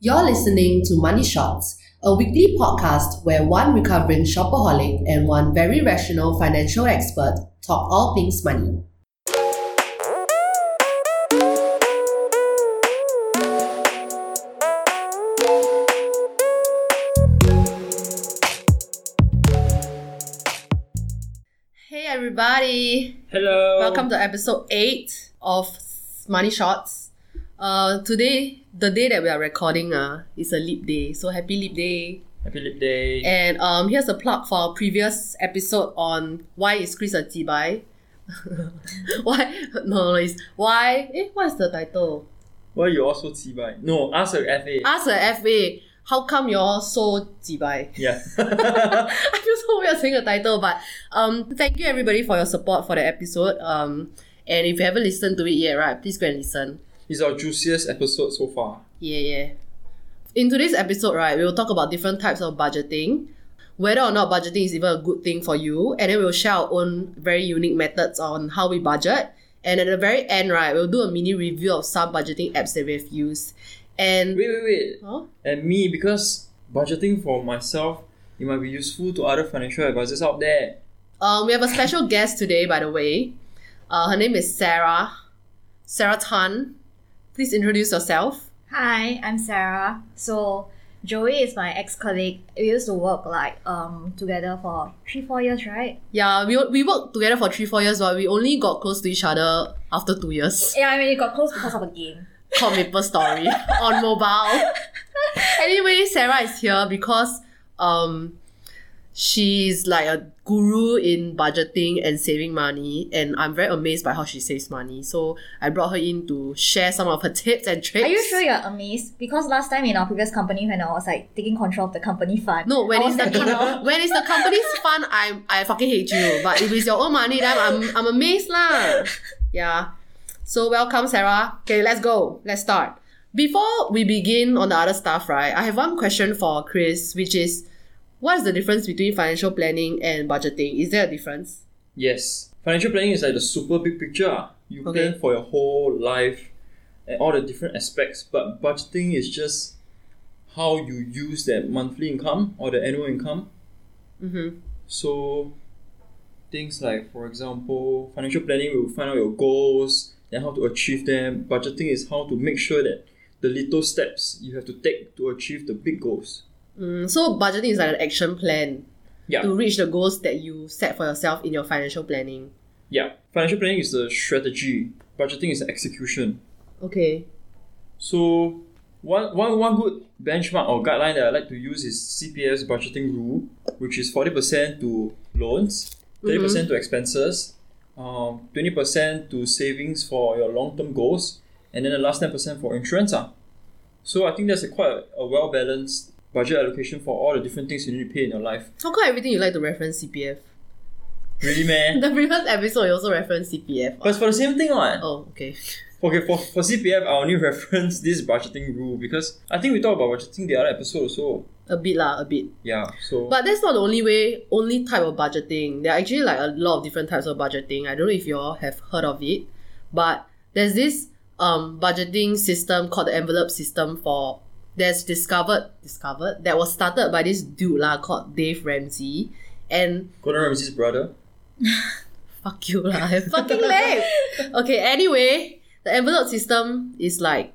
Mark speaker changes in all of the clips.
Speaker 1: You're listening to Money Shots, a weekly podcast where one recovering shopaholic and one very rational financial expert talk all things money. Hey, everybody.
Speaker 2: Hello.
Speaker 1: Welcome to episode 8 of Money Shots. Uh, today, the day that we are recording uh, is a leap day. So happy leap day.
Speaker 2: Happy Lip Day.
Speaker 1: And um, here's a plug for our previous episode on why is Chris a jibai. why? No, no, it's why. Eh, what's the title?
Speaker 2: Why you also Chibai? No, ask your FA.
Speaker 1: Ask a FA. How come you're so jibai?
Speaker 2: yeah.
Speaker 1: I feel so weird saying the title, but um, thank you everybody for your support for the episode. Um, and if you haven't listened to it yet, right, please go and listen.
Speaker 2: it's our juiciest episode so far.
Speaker 1: Yeah, yeah. In today's episode, right, we will talk about different types of budgeting, whether or not budgeting is even a good thing for you, and then we'll share our own very unique methods on how we budget. And at the very end, right, we'll do a mini review of some budgeting apps that we've used. And
Speaker 2: Wait, wait, wait.
Speaker 1: Huh?
Speaker 2: And me, because budgeting for myself, it might be useful to other financial advisors out there.
Speaker 1: um, we have a special guest today, by the way. Uh, her name is Sarah. Sarah Tan. Please introduce yourself.
Speaker 3: Hi, I'm Sarah. So Joey is my ex-colleague. We used to work like um together for three, four years, right?
Speaker 1: Yeah, we, we worked together for three, four years, but we only got close to each other after two years.
Speaker 3: Yeah, I mean it got close because of a game.
Speaker 1: called Maple Story on mobile. anyway, Sarah is here because um she's like a guru in budgeting and saving money and I'm very amazed by how she saves money. So I brought her in to share some of her tips and tricks.
Speaker 3: Are you sure you're amazed? Because last time in our previous company when I was like taking control of the company fund.
Speaker 1: No, when
Speaker 3: I
Speaker 1: it's
Speaker 3: was
Speaker 1: the
Speaker 3: thinking
Speaker 1: com-
Speaker 3: of-
Speaker 1: when it's the company's fund, I I fucking hate you. But if it's your own money, then I'm I'm amazed lah. Yeah. So welcome, Sarah. Okay, let's go. Let's start. Before we begin on the other stuff, right? I have one question for Chris, which is, what is the difference between financial planning and budgeting? Is there a difference?
Speaker 2: Yes. Financial planning is like the super big picture. ah. You
Speaker 1: Okay.
Speaker 2: plan for your whole life and all the different aspects, but budgeting is just how you use that monthly income or the annual income.
Speaker 1: Mm-hmm.
Speaker 2: So things like, for example, financial planning will find out your goals and how to achieve them. Budgeting is how to make sure that the little steps you have to take to achieve the big goals.
Speaker 1: Mm, so budgeting is like an action plan
Speaker 2: Yeah.
Speaker 1: to reach the goals that you set for yourself in your financial planning.
Speaker 2: Yeah. Financial planning is the strategy. Budgeting is the execution.
Speaker 1: Okay.
Speaker 2: So one, one, one good benchmark or guideline that I like to use is CPF's budgeting rule, which is 40% to loans, 30% percent to expenses, um, 20% to savings for your long-term goals, and then the last 10% for insurance. ah. So I think that's a quite a, a well-balanced budget allocation for all the different things you need to pay in your life.
Speaker 1: How come everything you like to reference CPF?
Speaker 2: Really, man?
Speaker 1: The previous episode you also referenced CPF.
Speaker 2: But it's for the same thing, what?
Speaker 1: Oh, okay.
Speaker 2: Okay, for, for CPF, I only reference this budgeting rule because I think we talked about budgeting the other episode also.
Speaker 1: A bit lah, a bit.
Speaker 2: Yeah, so...
Speaker 1: But that's not the only way, only type of budgeting. There are actually like a lot of different types of budgeting. I don't know if you all have heard of it, but there's this um budgeting system called the envelope system for that's discovered discovered that was started by this dude lah called Dave Ramsey. And
Speaker 2: Gordon Ramsay's brother.
Speaker 1: fuck you lah, I fucking lame. Okay, anyway, the envelope system is like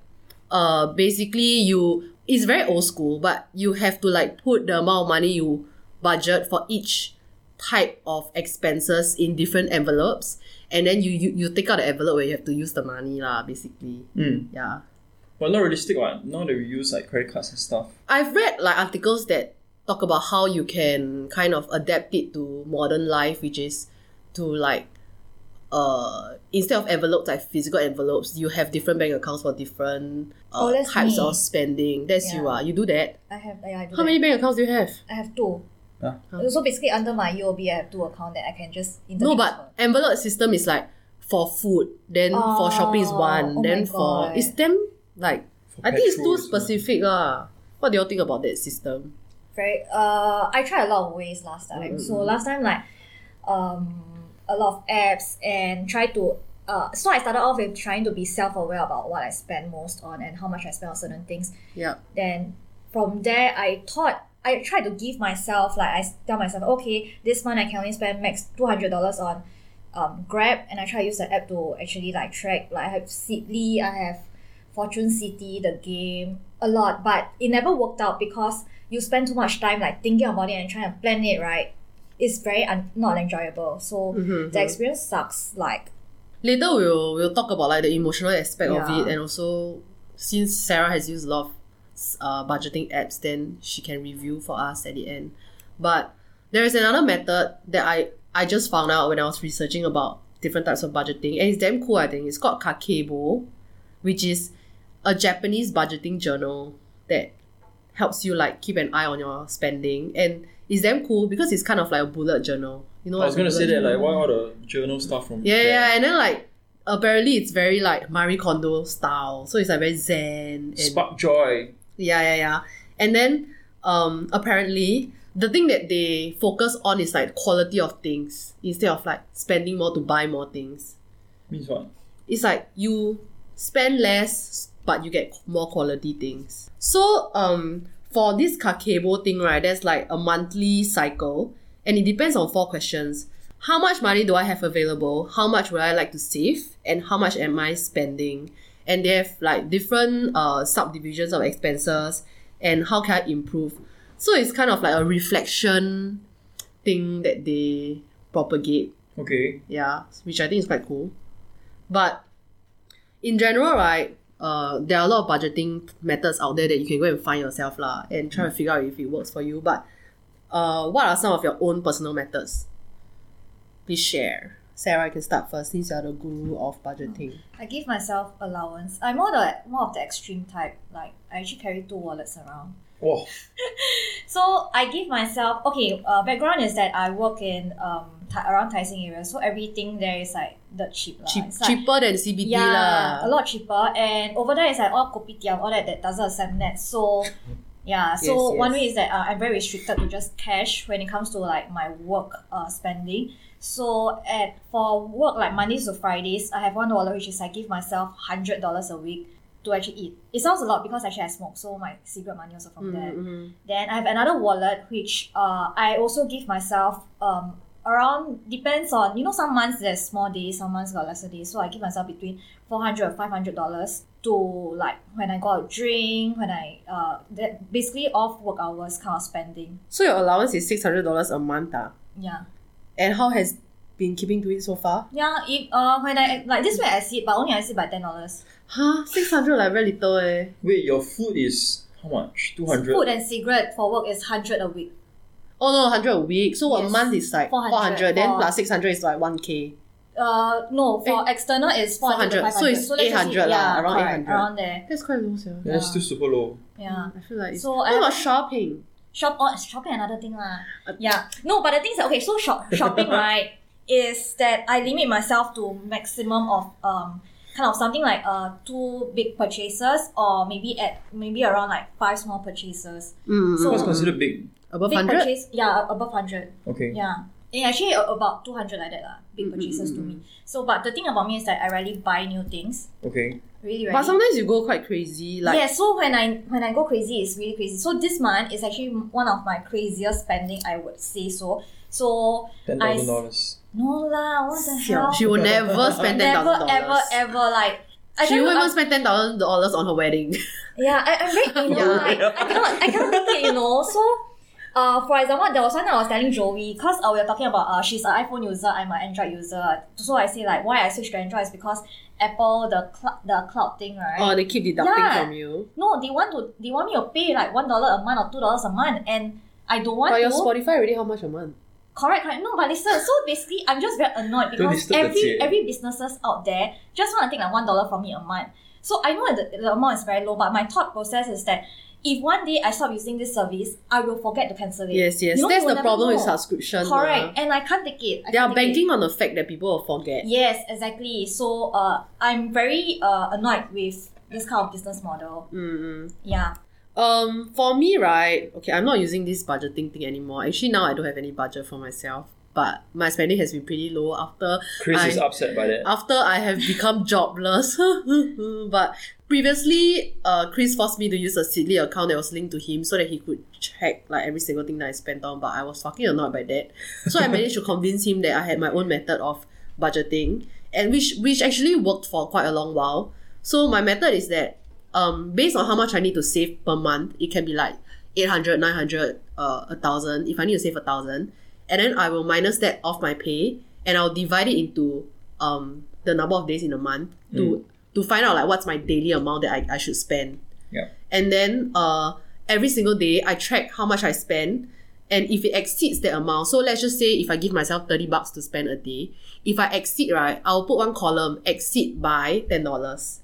Speaker 1: uh basically you it's very old school, but you have to like put the amount of money you budget for each type of expenses in different envelopes and then you you, you take out the envelope where you have to use the money lah basically.
Speaker 2: Mm.
Speaker 1: Yeah.
Speaker 2: But not realistic one. Now that we use like credit cards and stuff.
Speaker 1: I've read like articles that talk about how you can kind of adapt it to modern life, which is to like uh instead of envelopes like physical envelopes, you have different bank accounts for different uh,
Speaker 3: Oh, that's
Speaker 1: types
Speaker 3: me.
Speaker 1: of spending. That's you
Speaker 3: Yeah.
Speaker 1: are. You do that.
Speaker 3: I have yeah, I do
Speaker 1: How
Speaker 3: that.
Speaker 1: many bank accounts do you have?
Speaker 3: I have two.
Speaker 2: Huh?
Speaker 3: So basically under my UOB I have two accounts that I can just
Speaker 1: No,
Speaker 3: intertransfer.
Speaker 1: but envelope system is like for food, then for shopping is
Speaker 3: Oh,
Speaker 1: one,
Speaker 3: oh
Speaker 1: then
Speaker 3: my
Speaker 1: for
Speaker 3: God.
Speaker 1: it's them like
Speaker 2: For
Speaker 1: I think it's
Speaker 2: petrol
Speaker 1: too
Speaker 2: as well.
Speaker 1: specific lah. What do you all think about that system?
Speaker 3: very uh I tried a lot of ways last time. So last time like um a lot of apps and try to uh, so I started off with trying to be self-aware about what I spend most on and how much I spend on certain things.
Speaker 1: Yeah.
Speaker 3: Then from there, I thought I tried to give myself like I s- tell myself, okay, this month I can only spend max two hundred dollars on um, Grab, and I try to use the app to actually like track. Like I have Seedly, I have Fortune City, the game, a lot, but it never worked out because you spend too much time like thinking about it and trying to plan it right. It's very un- not enjoyable. So the experience sucks. Like
Speaker 1: Later we'll we'll talk about like the emotional aspect
Speaker 3: Yeah.
Speaker 1: of it and also since Sarah has used a lot of s- uh, budgeting apps, then she can review for us at the end. But there is another method that I I just found out when I was researching about different types of budgeting, and it's damn cool. I think it's called Kakebo, which is a Japanese budgeting journal that helps you like keep an eye on your spending and. It's damn cool because it's kind of like a bullet journal. You know,
Speaker 2: I
Speaker 1: what's
Speaker 2: was
Speaker 1: a
Speaker 2: gonna say
Speaker 1: bullet
Speaker 2: that
Speaker 1: journal?
Speaker 2: like why all the journal stuff from
Speaker 1: Yeah, yeah, and then like apparently it's very like Marie Kondo style, so it's like very zen. And,
Speaker 2: Spark Joy.
Speaker 1: yeah, yeah, yeah. And then um apparently the thing that they focus on is like quality of things instead of like spending more to buy more things.
Speaker 2: Means what?
Speaker 1: It's like you spend less but you get more quality things. So um for this kakebo thing, right, there's like a monthly cycle and it depends on four questions. How much money do I have available? How much would I like to save? And how much am I spending? And they have like different uh, subdivisions of expenses and how can I improve? So it's kind of like a reflection thing that they propagate
Speaker 2: Okay.
Speaker 1: yeah, which I think is quite cool. But in general, right, uh, there are a lot of budgeting methods out there that you can go and find yourself lah, and try to figure out if it works for you. But uh, what are some of your own personal methods? Please share. Sarah, you can start first since you're the guru of budgeting.
Speaker 3: I give myself allowance. I'm more the more of the extreme type. Like I actually carry two wallets around.
Speaker 2: Wow.
Speaker 3: So I give myself okay. Uh, background is that I work in um Tai- around Tai Seng area, so everything there is like dirt cheap lah.
Speaker 1: Cheap,
Speaker 3: Mm. It's like,
Speaker 1: cheaper than CBD
Speaker 3: yeah, a
Speaker 1: lah.
Speaker 3: lot cheaper. And over there is like all kopitiam, all that that doesn't accept net. So yeah, so
Speaker 1: Yes,
Speaker 3: one
Speaker 1: yes.
Speaker 3: way is that uh, I'm very restricted to just cash when it comes to like my work uh, spending. So at for work like Mondays to Fridays, I have one dollar which is I give myself hundred dollars a week to actually eat. It sounds a lot because actually I smoke, so my cigarette money also from there.
Speaker 1: Mm-hmm.
Speaker 3: Then I have another wallet which uh, I also give myself um, around depends on you know some months there's more days, some months got lesser days. So I give myself between four hundred or five hundred dollars to like when I go out drink, when I uh that basically off work hours kind of spending.
Speaker 1: So your allowance is six hundred dollars a month, ah.
Speaker 3: Yeah.
Speaker 1: And how has been keeping to it so far?
Speaker 3: Yeah, if uh when I like this way I see but only I see by ten dollars.
Speaker 1: Huh? Six hundred like very little eh.
Speaker 2: Wait, your food is how much? Two hundred.
Speaker 3: Food and cigarette for work is hundred a week.
Speaker 1: Oh no, hundred a week. So what
Speaker 3: Yes.
Speaker 1: month is like four
Speaker 3: 400,
Speaker 1: hundred. Then
Speaker 3: four-
Speaker 1: plus six hundred is like one k.
Speaker 3: Uh no, for external is four
Speaker 1: 400.
Speaker 3: hundred
Speaker 1: Eh, So it's 800 lah, around 800.
Speaker 3: around there.
Speaker 1: That's quite low, sir.
Speaker 2: That's still super low.
Speaker 3: Yeah.
Speaker 1: I feel like. It's...
Speaker 3: So
Speaker 1: So what
Speaker 3: I-
Speaker 1: about shopping?
Speaker 3: Shop on shopping another thing lah.
Speaker 1: Uh,
Speaker 3: Yeah. No, but the thing is that- okay, so shop shopping right is that I limit myself to maximum of um kind of something like uh two big purchases or maybe at maybe around like five small purchases.
Speaker 1: Mm,
Speaker 3: So-
Speaker 1: mm,
Speaker 2: What's
Speaker 1: mm.
Speaker 2: considered big?
Speaker 1: above
Speaker 3: big
Speaker 1: hundred.
Speaker 3: purchase yeah above hundred.
Speaker 2: Okay.
Speaker 3: Yeah. And actually a- about two hundred like that lah,
Speaker 1: Mm,
Speaker 3: big purchases to me. So but the thing about me is that I rarely buy new things.
Speaker 2: Okay.
Speaker 3: Really, really.
Speaker 1: But sometimes you go quite crazy. Like
Speaker 3: yeah, so when I when I go crazy, it's really crazy. So this month is actually one of my craziest spending, I would say so. So
Speaker 2: Ten
Speaker 3: I
Speaker 2: thousand dollars.
Speaker 3: no lah, what the
Speaker 1: siao,
Speaker 3: hell?
Speaker 1: she will never spend ten
Speaker 3: never
Speaker 1: thousand
Speaker 3: ever
Speaker 1: dollars.
Speaker 3: ever like. I
Speaker 1: She won't
Speaker 3: cannot-
Speaker 1: even spend ten thousand dollars on her wedding.
Speaker 3: Yeah, I, I'm very you know,
Speaker 1: Yeah.
Speaker 3: like, I cannot I cannot make it, you know. So uh, for example, there was one time I was telling Joey, because uh, we were talking about uh, she's an iPhone user, I'm an Android user. So I say like why I switched to Android is because Apple the cl- the cloud thing, right?
Speaker 1: oh, they keep deducting
Speaker 3: Yeah.
Speaker 1: from you.
Speaker 3: No, they want to they want me to pay like one dollar a month or two dollars a month and I don't want
Speaker 1: But your
Speaker 3: to
Speaker 1: Spotify already how much a month?
Speaker 3: correct correct no but listen so basically I'm just very annoyed because
Speaker 2: disturb the
Speaker 3: every
Speaker 2: tea.
Speaker 3: every businesses out there just want to take like one dollar from me a month so I know that the, the amount is very low but my thought process is that if one day I stop using this service I will forget to cancel it
Speaker 1: Yes, yes.
Speaker 3: You know,
Speaker 1: That's
Speaker 3: you will
Speaker 1: the
Speaker 3: never
Speaker 1: problem with
Speaker 3: know.
Speaker 1: subscription.
Speaker 3: correct
Speaker 1: lah.
Speaker 3: and I can't take it I
Speaker 1: They
Speaker 3: can't
Speaker 1: are
Speaker 3: take it.
Speaker 1: banking on the fact that people will forget.
Speaker 3: yes exactly so uh I'm very uh annoyed with this kind of business model
Speaker 1: Mm-mm.
Speaker 3: yeah
Speaker 1: Um, for me, right? Okay, I'm not using this budgeting thing anymore. Actually, now I don't have any budget for myself. but my spending has been pretty low after
Speaker 2: Chris is
Speaker 1: I-
Speaker 2: upset by that.
Speaker 1: after I have become jobless. but previously, uh, Chris forced me to use a Sidley account that was linked to him so that he could check like every single thing that I spent on. But I was fucking annoyed by that, so I managed to convince him that I had my own method of budgeting, and which which actually worked for quite a long while. So my method is that um, based on how much I need to save per month, it can be like 800, 900, uh, 1,000, if I need to save 1,000. And then I will minus that off my pay and I'll divide it into um, the number of days in a month to, to find out like what's my daily amount that I, I should spend.
Speaker 2: Yeah.
Speaker 1: And then uh, every single day, I track how much I spend. And if it exceeds that amount, so let's just say if I give myself 30 bucks to spend a day, if I exceed, right, I'll put one column exceed by $10.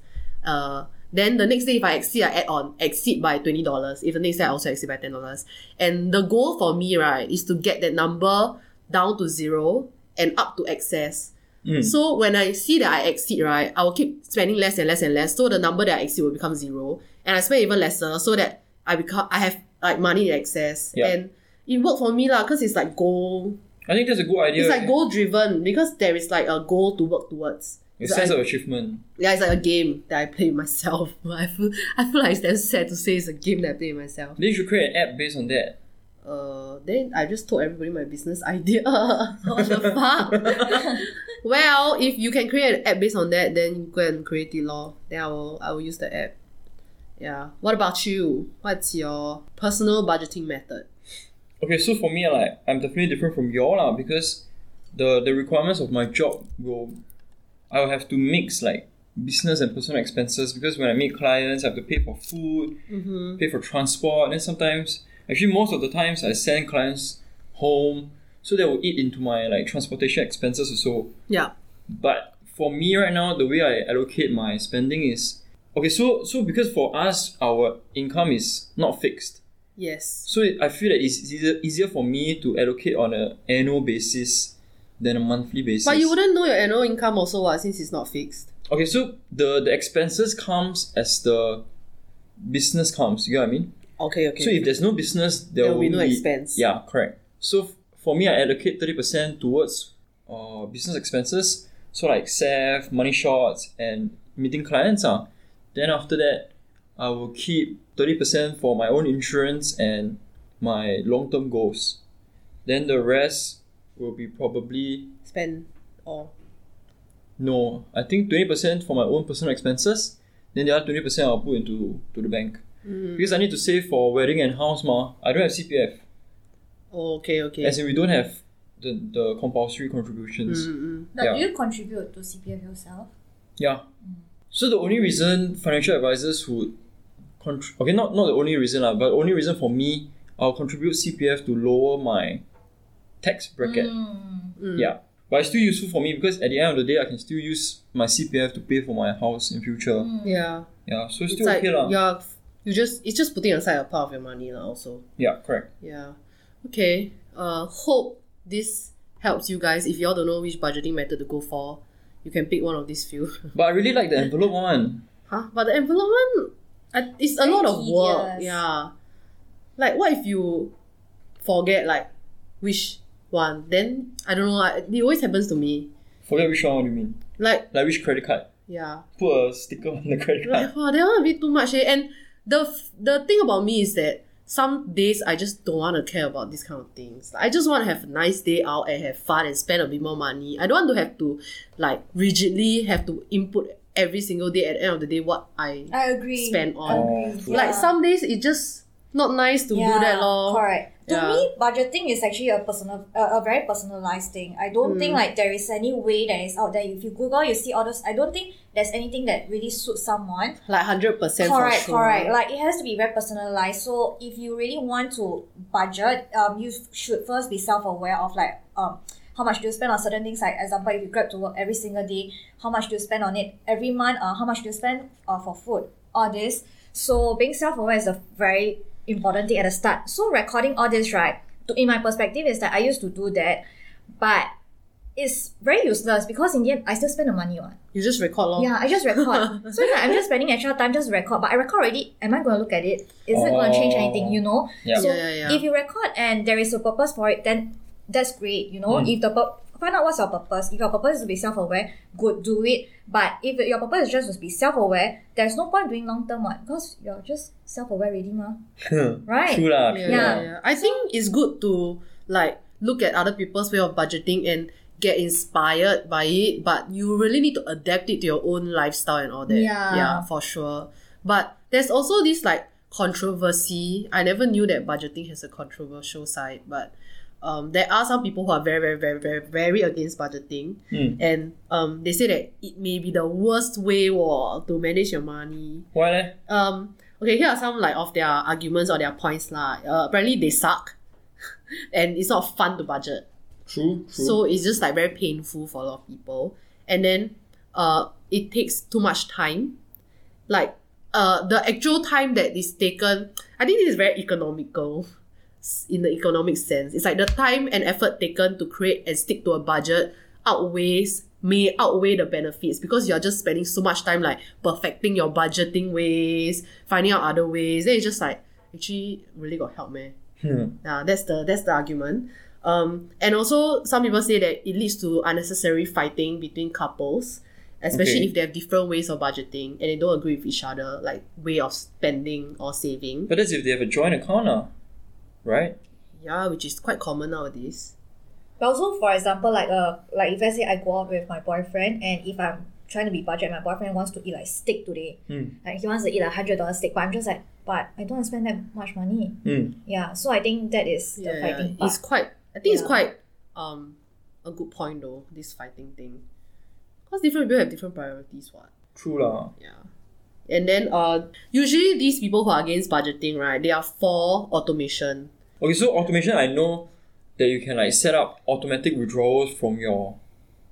Speaker 1: Uh, then the next day, if I exceed, I add on exceed by twenty dollars. If the next day I also exceed by ten dollars, and the goal for me right is to get that number down to zero and up to excess.
Speaker 2: Mm.
Speaker 1: So when I see that I exceed right, I will keep spending less and less and less. So the number that I exceed will become zero, and I spend even lesser so that I become I have like money in excess.
Speaker 2: Yeah.
Speaker 1: And it worked for me lah, cause it's like goal.
Speaker 2: I think that's a good idea.
Speaker 1: It's like goal driven because there is like a goal to work towards.
Speaker 2: A
Speaker 1: So I
Speaker 2: sense of achievement.
Speaker 1: yeah, it's like a game that I play with myself. I feel I feel like it's damn sad to say it's a game that I play with myself.
Speaker 2: Then you should create an app based on that.
Speaker 1: Uh, then I just told everybody my business idea. what the fuck? well, if you can create an app based on that, then go and create it lor. Then I will I will use the app. Yeah. What about you? What's your personal budgeting method?
Speaker 2: Okay, so for me, like I'm definitely different from y'all lah because the the requirements of my job will I will have to mix like business and personal expenses because when I meet clients, I have to pay for food, pay for transport, and sometimes actually most of the times I send clients home, so they will eat into my like transportation expenses also.
Speaker 1: Yeah.
Speaker 2: But for me right now, the way I allocate my spending is okay. So so because for us, our income is not fixed.
Speaker 1: Yes.
Speaker 2: So it- I feel that it's easier, easier for me to allocate on an annual basis than a monthly basis.
Speaker 1: But you wouldn't know your annual income also, what, since it's not fixed.
Speaker 2: Okay, so the, the expenses comes as the business comes. You know what I mean?
Speaker 1: Okay. Okay.
Speaker 2: So if there's no business, there,
Speaker 1: There will
Speaker 2: will
Speaker 1: be no expense.
Speaker 2: Yeah, correct. So f- for me, I allocate thirty percent towards uh, business expenses, so like SAF, money shots, and meeting clients. Uh. Then after that, I will keep thirty percent for my own insurance and my long term goals. Then the rest will be probably
Speaker 1: spend all.
Speaker 2: no. I think twenty percent for my own personal expenses. Then the other twenty percent I'll put into to the bank
Speaker 1: Mm.
Speaker 2: because I need to save for wedding and house. Ma, I don't have CPF.
Speaker 1: Oh, Okay. Okay.
Speaker 2: As in, we don't have the, the compulsory contributions.
Speaker 3: But
Speaker 2: Yeah.
Speaker 3: do you contribute to CPF yourself?
Speaker 2: Yeah. So the only reason financial advisors would, contr- okay, not not the only reason lah, but only reason for me, I'll contribute CPF to lower my tax bracket.
Speaker 3: Mm, Hmm.
Speaker 2: Yeah. But it's still useful for me because at the end of the day, I can still use my CPF to pay for my house in future.
Speaker 1: Yeah.
Speaker 2: Yeah, so it's
Speaker 1: it's
Speaker 2: still
Speaker 1: like
Speaker 2: okay lah. Yeah.
Speaker 1: yeah, you just it's just putting aside a part of your money lah. Also,
Speaker 2: correct.
Speaker 1: yeah. Okay. Uh, hope this helps you guys. If y'all don't know which budgeting method to go for, you can pick one of these few.
Speaker 2: But I really like the envelope one.
Speaker 1: huh? But the envelope one, I- it's a
Speaker 3: Very
Speaker 1: lot of work.
Speaker 3: tedious.
Speaker 1: Yeah. Like what if you forget like which one? Then I don't know. I, it always happens to me.
Speaker 2: Forget which one you mean.
Speaker 1: Like
Speaker 2: Like which credit card.
Speaker 1: yeah.
Speaker 2: Put a sticker on the credit
Speaker 1: Like,
Speaker 2: card.
Speaker 1: wow, that one a bit too much. Eh? And the f- the thing about me is that some days I just don't want to care about these kind of things. Like, I just want to have a nice day out and have fun and spend a bit more money. I don't want to have to like rigidly have to input every single day at the end of the day what I
Speaker 3: I agree.
Speaker 1: Spend on.
Speaker 3: Agree.
Speaker 2: Oh,
Speaker 1: like.
Speaker 3: yeah.
Speaker 1: Some days it just not nice to do that, lor.
Speaker 3: Correct. To
Speaker 1: Yeah.
Speaker 3: me, budgeting is actually a personal, uh, a very personalized thing. I don't think
Speaker 1: Mm.
Speaker 3: like there is any way that is out there. If you Google, you see all those. I don't think there's anything that really suits someone.
Speaker 1: Like hundred percent.
Speaker 3: correct,
Speaker 1: for sure.
Speaker 3: correct. Like it has to be very personalized. So if you really want to budget, um, you f- should first be self-aware of like um how much do you spend on certain things. Like example, if you grab to work every single day, how much do you spend on it every month? Uh, how much do you spend uh, for food? All this. So being self-aware is a very important thing at the start. So recording all this, right? To, in my perspective, is that I used to do that, but it's very useless because in the end, I still spend the money on.
Speaker 1: you just record, lor.
Speaker 3: Yeah, I just record. so it's like I'm just spending extra time just record, but I record already. Am I going to look at it? Is it going to change
Speaker 2: Oh.
Speaker 3: anything? You know.
Speaker 2: Yeah.
Speaker 3: So
Speaker 1: Yeah, yeah, yeah.
Speaker 3: if you record and there is a purpose for it, then that's great. You know,
Speaker 2: Mm.
Speaker 3: if the pur- find out what's your purpose. If your purpose is to be self aware, good, do it. But if your purpose is just to be self aware, there's no point doing long term one because you're just self aware already, ma. Right?
Speaker 2: True
Speaker 1: Yeah,
Speaker 2: lah. true
Speaker 3: Yeah.
Speaker 1: yeah, yeah. I think it's good to like look at other people's way of budgeting and get inspired by it, but you really need to adapt it to your own lifestyle and all that.
Speaker 3: Yeah.
Speaker 1: yeah for sure. But there's also this like controversy. I never knew that budgeting has a controversial side, but um, there are some people who are very, very, very, very, very against budgeting,
Speaker 2: Mm.
Speaker 1: and um, they say that it may be the worst way or to manage your money.
Speaker 2: Why leh?
Speaker 1: Um, okay, here are some like of their arguments or their points lah. Uh, apparently they suck, and it's not fun to budget.
Speaker 2: True. True.
Speaker 1: So it's just like very painful for a lot of people. And then, uh, it takes too much time. Like, uh, the actual time that is taken, I think this is very economical s- in the economic sense. It's like the time and effort taken to create and stick to a budget outweighs may outweigh the benefits because you're just spending so much time like perfecting your budgeting ways, finding out other ways. Then it's just like actually really got help man.
Speaker 2: Hmm.
Speaker 1: Yeah, that's the that's the argument. Um, and also some people say that it leads to unnecessary fighting between couples, especially
Speaker 2: Okay.
Speaker 1: if they have different ways of budgeting and they don't agree with each other, like way of spending or saving.
Speaker 2: But that's if they have a joint account, lah. right?
Speaker 1: Yeah, which is quite common nowadays.
Speaker 3: But also, for example, like uh, like if I say I go out with my boyfriend, and if I'm trying to be budget, my boyfriend wants to eat like steak today.
Speaker 2: Mm.
Speaker 1: Hmm.
Speaker 3: Like he wants to eat a hundred dollar steak, but I'm just like, but I don't want to spend that much money.
Speaker 2: Mm.
Speaker 3: Yeah, so I think that is the
Speaker 1: yeah,
Speaker 3: fighting
Speaker 1: it's
Speaker 3: part.
Speaker 1: quite. I think it's
Speaker 3: Yeah.
Speaker 1: quite um a good point though. This fighting thing, because different people have different priorities. What?
Speaker 2: True lah.
Speaker 1: Yeah. And then uh, usually these people who are against budgeting, right? They are for automation.
Speaker 2: Okay, so automation, I know that you can like set up automatic withdrawals from your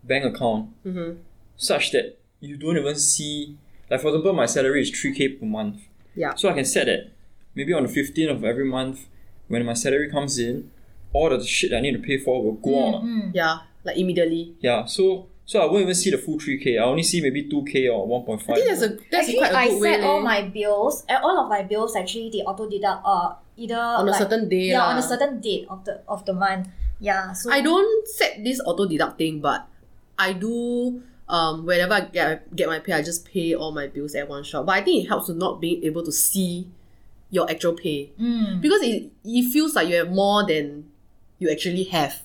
Speaker 2: bank account
Speaker 1: Mhm.
Speaker 2: such that you don't even see. Like for example, my salary is three k per month.
Speaker 1: Yeah.
Speaker 2: So I can set that maybe on the fifteenth of every month, when my salary comes in, all the shit I need to pay for will go on.
Speaker 1: Mm-hmm.
Speaker 3: Mm, mm.
Speaker 1: Yeah, like immediately.
Speaker 2: Yeah. So so I won't even see the full three k. I only see maybe two k or one point
Speaker 1: I
Speaker 2: five.
Speaker 1: think that's a that's
Speaker 3: Actually,
Speaker 1: quite a
Speaker 3: I
Speaker 1: good
Speaker 3: set
Speaker 1: way.
Speaker 3: all
Speaker 1: leh.
Speaker 3: my bills, uh, all of my bills actually they auto deduct uh, either
Speaker 1: on a
Speaker 3: like-
Speaker 1: certain day.
Speaker 3: yeah
Speaker 1: lah.
Speaker 3: on a certain date of the of the month. Yeah, so
Speaker 1: I don't set this auto deduct thing, but I do. Um, whenever I get get my pay, I just pay all my bills at one shot. But I think it helps to not being able to see your actual pay
Speaker 3: Mm.
Speaker 1: because it it feels like you have more than you actually have.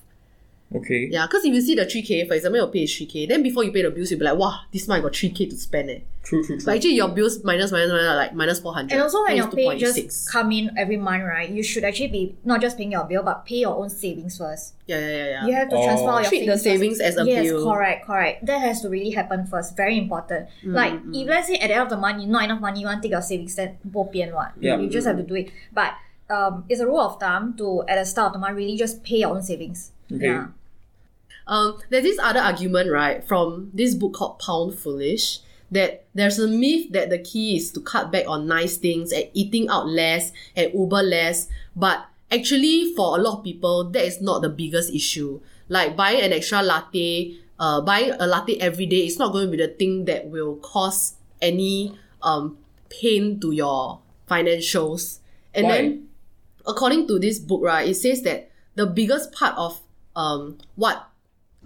Speaker 2: okay.
Speaker 1: Yeah, because if you see the three k, for example, your pay is three k, then before you pay the bills, you'll be like, wow, this month I got three k to spend eh.
Speaker 2: True. True. True.
Speaker 1: But actually, your bills minus minus minus are like minus four hundred.
Speaker 3: And also when your pay just come in every month, right? You should actually be not just paying your bill, but pay your own savings first.
Speaker 1: yeah yeah yeah yeah.
Speaker 3: You have to
Speaker 2: Oh.
Speaker 3: transfer all your
Speaker 1: Treat the
Speaker 3: savings first.
Speaker 1: savings as a
Speaker 3: yes,
Speaker 1: bill.
Speaker 3: correct, correct. That has to really happen first. Very important.
Speaker 1: Mm,
Speaker 3: like if let's say at the end of the month you not enough money, you want to take your savings, then bo pian what?
Speaker 2: Yeah.
Speaker 3: You just have to do it. But um, it's a rule of thumb to at the start of the month really just pay your own savings.
Speaker 2: Okay.
Speaker 3: Yeah.
Speaker 1: Um, there's this other argument, right, from this book called Pound Foolish, that there's a myth that the key is to cut back on nice things and eating out less and Uber less. But actually, for a lot of people, that is not the biggest issue. Like buying an extra latte, uh, buying a latte every day is not going to be the thing that will cause any um pain to your financials. And
Speaker 2: Why?
Speaker 1: then according to this book, right, it says that the biggest part of um what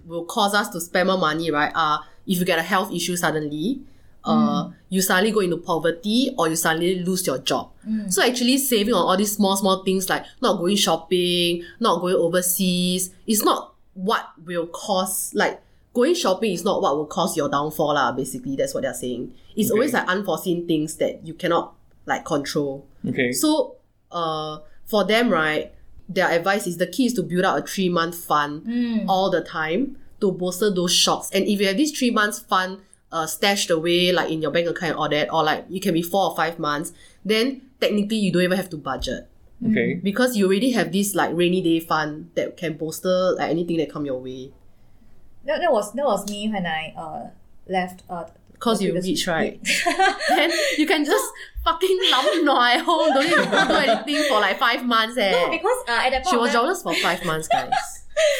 Speaker 1: will cause us to spend more money, right, are if you get a health issue suddenly, uh, you suddenly go into poverty or you suddenly lose your job. So actually saving on all these small, small things like not going shopping, not going overseas, is not what will cause like going shopping is not what will cause your downfall, lah, basically. That's what they're saying. It's
Speaker 2: Okay.
Speaker 1: always like unforeseen things that you cannot like control.
Speaker 2: okay.
Speaker 1: So, uh, for them, right, their advice is the key is to build out a three month fund
Speaker 3: Mm.
Speaker 1: all the time to bolster those shocks. And if you have this three months fund uh, stashed away, like in your bank account and all that, or like it can be four or five months, then technically you don't even have to budget
Speaker 2: okay.
Speaker 1: because you already have this like rainy day fund that can bolster like anything that come your way.
Speaker 3: That, that was that was me when I uh left uh
Speaker 1: Cause you
Speaker 3: Because-
Speaker 1: rich, right? then you can just fucking lump noi at home. Don't need to do anything for like five months. Eh.
Speaker 3: No, because uh, at that point
Speaker 1: She
Speaker 3: of
Speaker 1: was
Speaker 3: time-
Speaker 1: jobless for five months, guys.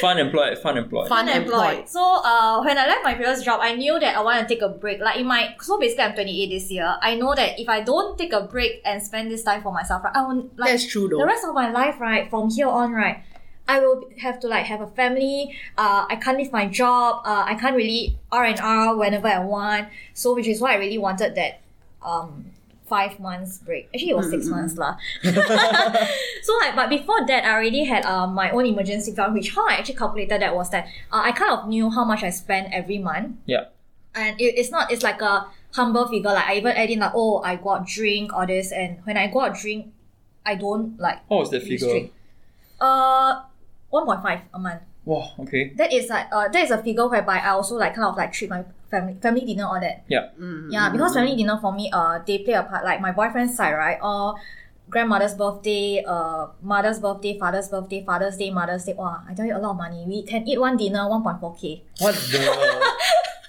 Speaker 2: Fun employed. Fun employed.
Speaker 1: Fun
Speaker 3: unemployed.
Speaker 1: employed.
Speaker 3: So uh, when I left my previous job, I knew that I want to take a break. Like in my so basically I'm 28 this year. I know that if I don't take a break and spend this time for myself, right, I will like
Speaker 1: That's true though.
Speaker 3: the rest of my life, right, from here on, right, I will have to like have a family. Uh, I can't leave my job. Uh, I can't really R and R whenever I want. So which is why I really wanted that um five months break. Actually, it was six months lah. so like, but before that, I already had uh, my own emergency fund, which how I actually calculated that was that uh, I kind of knew how much I spent every month.
Speaker 2: Yeah.
Speaker 3: And it, it's not. It's like a humble figure. Like I even add in like, oh, I go out drink or this, and when I go out drink, I don't like
Speaker 2: What was that figure?
Speaker 3: restrict. Uh, one point five a month.
Speaker 2: Wow, okay.
Speaker 3: That is like uh, that is a figure whereby I also like kind of like treat my family family dinner all that.
Speaker 1: Mm,
Speaker 3: Yeah,
Speaker 1: mm,
Speaker 3: because
Speaker 1: mm,
Speaker 3: family dinner for me, uh, they play a part. Like my boyfriend's side, right? Or grandmother's birthday, uh, mother's birthday, father's birthday, father's day, mother's day. Wow, I tell you, a lot of money. We can eat one dinner, one point four k
Speaker 2: What the?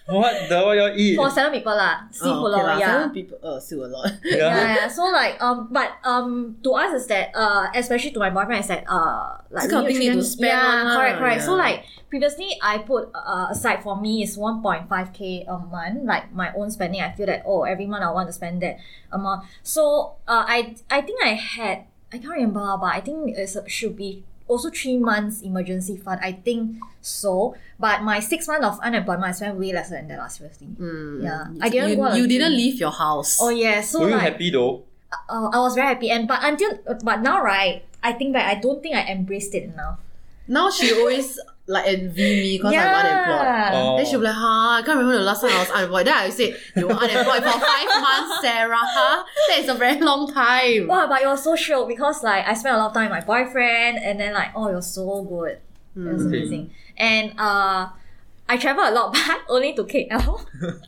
Speaker 2: what the? What you all eat?
Speaker 3: for seven people lah.
Speaker 1: mm. Oh,
Speaker 3: Seafood
Speaker 1: okay
Speaker 3: lah,
Speaker 1: lah.
Speaker 3: yeah.
Speaker 1: Seven people uh, still a lot.
Speaker 3: yeah, yeah. So like, um, but um, to us is that uh, especially to my boyfriend is that uh, like
Speaker 1: This kind of
Speaker 3: we
Speaker 1: thing need to
Speaker 3: shouldn't-
Speaker 1: spend
Speaker 3: Yeah,
Speaker 1: one lah,
Speaker 3: correct, correct. So
Speaker 1: yeah.
Speaker 3: like previously, I put uh, aside for me is one point five k a month, like my own spending. I feel that oh, every month I want to spend that amount. So uh, I I think I had I can't remember, but I think it should be also three months emergency fund. I think so, but my six month of unemployment I spent way lesser than that last seriously.
Speaker 1: Mm.
Speaker 3: Yeah. I didn't
Speaker 1: you,
Speaker 3: go out
Speaker 1: you
Speaker 3: and
Speaker 1: didn't
Speaker 3: drink.
Speaker 1: leave your house.
Speaker 3: Oh yeah, so
Speaker 2: Were you
Speaker 3: like,
Speaker 2: happy though?
Speaker 3: uh, I was very happy. And but until but now, right? I think that I don't think I embraced it enough.
Speaker 1: Now she always like envy me because
Speaker 3: yeah.
Speaker 1: I'm unemployed.
Speaker 2: Oh.
Speaker 1: Then she'll be like, huh, I can't remember the last time I was unemployed. Then I said, you were unemployed for five months, Sarah. Huh? That is a very long time.
Speaker 3: Wow, but it was so chill because like I spent a lot of time with my boyfriend, and then like oh, it was so good. It was
Speaker 1: Mm.
Speaker 3: amazing. And uh, I travel a lot, but only to KL.
Speaker 1: Oh,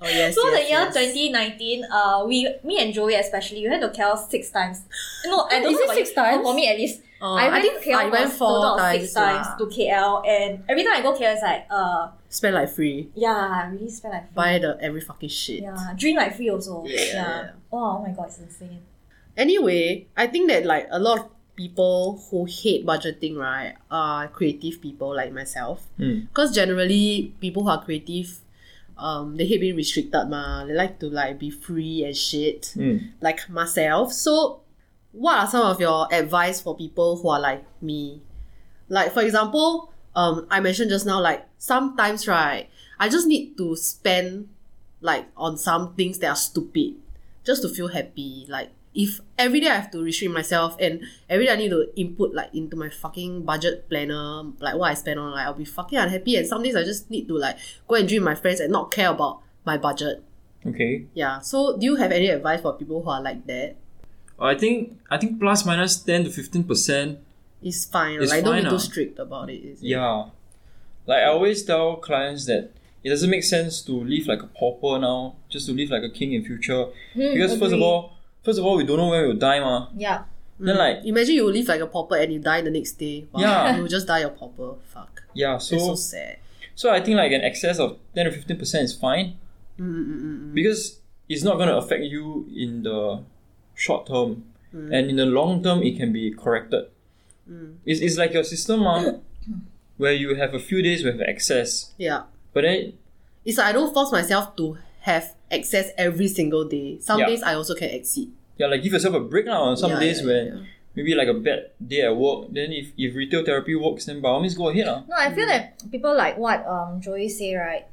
Speaker 1: yes.
Speaker 3: so
Speaker 1: yes,
Speaker 3: the year
Speaker 1: yes.
Speaker 3: twenty nineteen, uh, we me and Joey especially, we went to KL six times. No, I don't
Speaker 1: Is it
Speaker 3: know about
Speaker 1: six
Speaker 3: you.
Speaker 1: times?
Speaker 3: for me at least.
Speaker 1: Oh,
Speaker 3: I,
Speaker 1: I,
Speaker 3: went
Speaker 1: think
Speaker 3: to KL
Speaker 1: I went
Speaker 3: was
Speaker 1: four
Speaker 3: total of
Speaker 1: times.
Speaker 3: six times
Speaker 1: lah.
Speaker 3: to KL, and every time I go KL, it's like uh,
Speaker 1: Spend like free.
Speaker 3: yeah, I really spend like
Speaker 1: Buy the every fucking shit.
Speaker 3: Yeah, drink like free also.
Speaker 1: Yeah.
Speaker 3: Oh, oh my god, it's insane.
Speaker 1: Anyway, I think that like a lot of people who hate budgeting, right, are creative people like myself.
Speaker 2: Mm.
Speaker 1: Because generally, people who are creative, um, they hate being restricted, ma. They like to like be free and shit,
Speaker 2: Mm.
Speaker 1: like myself. So, what are some of your advice for people who are like me? Like for example, um, I mentioned just now, like sometimes, right, I just need to spend like on some things that are stupid just to feel happy. Like if every day I have to restrict myself and every day I need to input like into my fucking budget planner, like what I spend on, like I'll be fucking unhappy. And some days I just need to like go and drink with my friends and not care about my budget.
Speaker 2: Okay.
Speaker 1: Yeah. So do you have any advice for people who are like that?
Speaker 2: I think I think plus minus ten to fifteen percent
Speaker 1: It's fine.
Speaker 2: It's
Speaker 1: like don't
Speaker 2: fine,
Speaker 1: be too
Speaker 2: ah.
Speaker 1: strict about it. Is it?
Speaker 2: Yeah. Like I always tell clients that it doesn't make sense to live like a pauper now, just to live like a king in future. because first of
Speaker 3: Hmm, agree. Hmm.
Speaker 2: all, first of all, we don't know when we'll die, ma.
Speaker 3: Yeah.
Speaker 2: Then like
Speaker 1: Imagine you live like a pauper and you die the next day. Wow,
Speaker 2: Yeah.
Speaker 1: You just die a pauper. Fuck.
Speaker 2: yeah, so
Speaker 1: it's so
Speaker 2: so,
Speaker 1: sad.
Speaker 2: I think like an excess of ten to fifteen percent is fine
Speaker 1: Mm-mm-mm.
Speaker 2: because it's not gonna affect you in the short term,
Speaker 1: Mm.
Speaker 2: and in the long term it can be corrected. It's, it's like your system, ma, where you have a few days with excess,
Speaker 1: Yeah.
Speaker 2: but then
Speaker 1: It's like I don't force myself to have access every single day. Some
Speaker 2: Yeah.
Speaker 1: days I also can exceed.
Speaker 2: yeah, like give yourself a break now on some
Speaker 1: Yeah,
Speaker 2: days
Speaker 1: yeah,
Speaker 2: when
Speaker 1: yeah.
Speaker 2: maybe like a bad day at work. Then if, if retail therapy works, then by all means go ahead. ah.
Speaker 3: No, I feel that people like what um Joey say, right?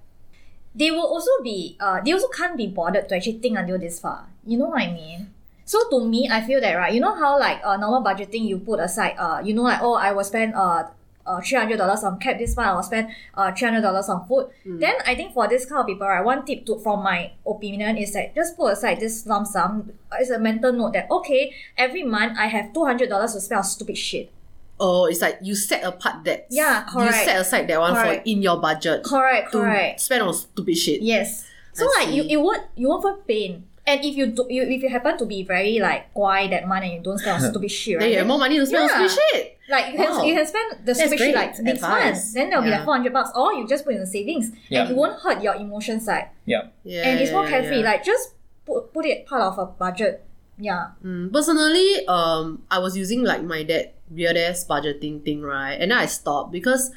Speaker 3: They will also be uh they also can't be bothered to actually think until this far. You know what I mean? So to me, I feel that right. You know how like uh normal budgeting you put aside uh you know like oh I will spend uh uh three hundred dollars on cap this month I will spend uh three hundred dollars on food. Then I think for this kind of people, right, one tip to from my opinion is that just put aside this lump sum. It's a mental note that okay every month I have two hundred dollars to spend on stupid shit.
Speaker 1: Oh, it's like you set apart that.
Speaker 3: Yeah,
Speaker 1: You
Speaker 3: correct.
Speaker 1: set aside that one
Speaker 3: Correct.
Speaker 1: for in your budget
Speaker 3: Correct,
Speaker 1: to
Speaker 3: correct.
Speaker 1: spend on stupid shit.
Speaker 3: Yes. So
Speaker 1: I
Speaker 3: like you,
Speaker 1: see.
Speaker 3: it won't you won't feel pain. And if you do, you if you happen to be very like guai that month and you don't spend on stupid shit,
Speaker 1: Then
Speaker 3: right?
Speaker 1: you have more money to spend on
Speaker 3: Yeah.
Speaker 1: stupid shit.
Speaker 3: like you can,
Speaker 1: Wow.
Speaker 3: you can spend the
Speaker 1: That's
Speaker 3: stupid
Speaker 1: great
Speaker 3: shit like next
Speaker 1: advice.
Speaker 3: month. Then there'll be
Speaker 1: Yeah.
Speaker 3: like four hundred bucks, or you just put in the savings,
Speaker 2: Yeah.
Speaker 3: and it won't hurt your emotion side,
Speaker 2: Yeah.
Speaker 1: Yeah,
Speaker 3: and it's more
Speaker 1: yeah,
Speaker 3: carefree.
Speaker 1: yeah.
Speaker 3: Like just put put it part of a budget. Yeah.
Speaker 1: Mm, personally, um, I was using like my dad weird ass budgeting thing, right? And then I stopped because,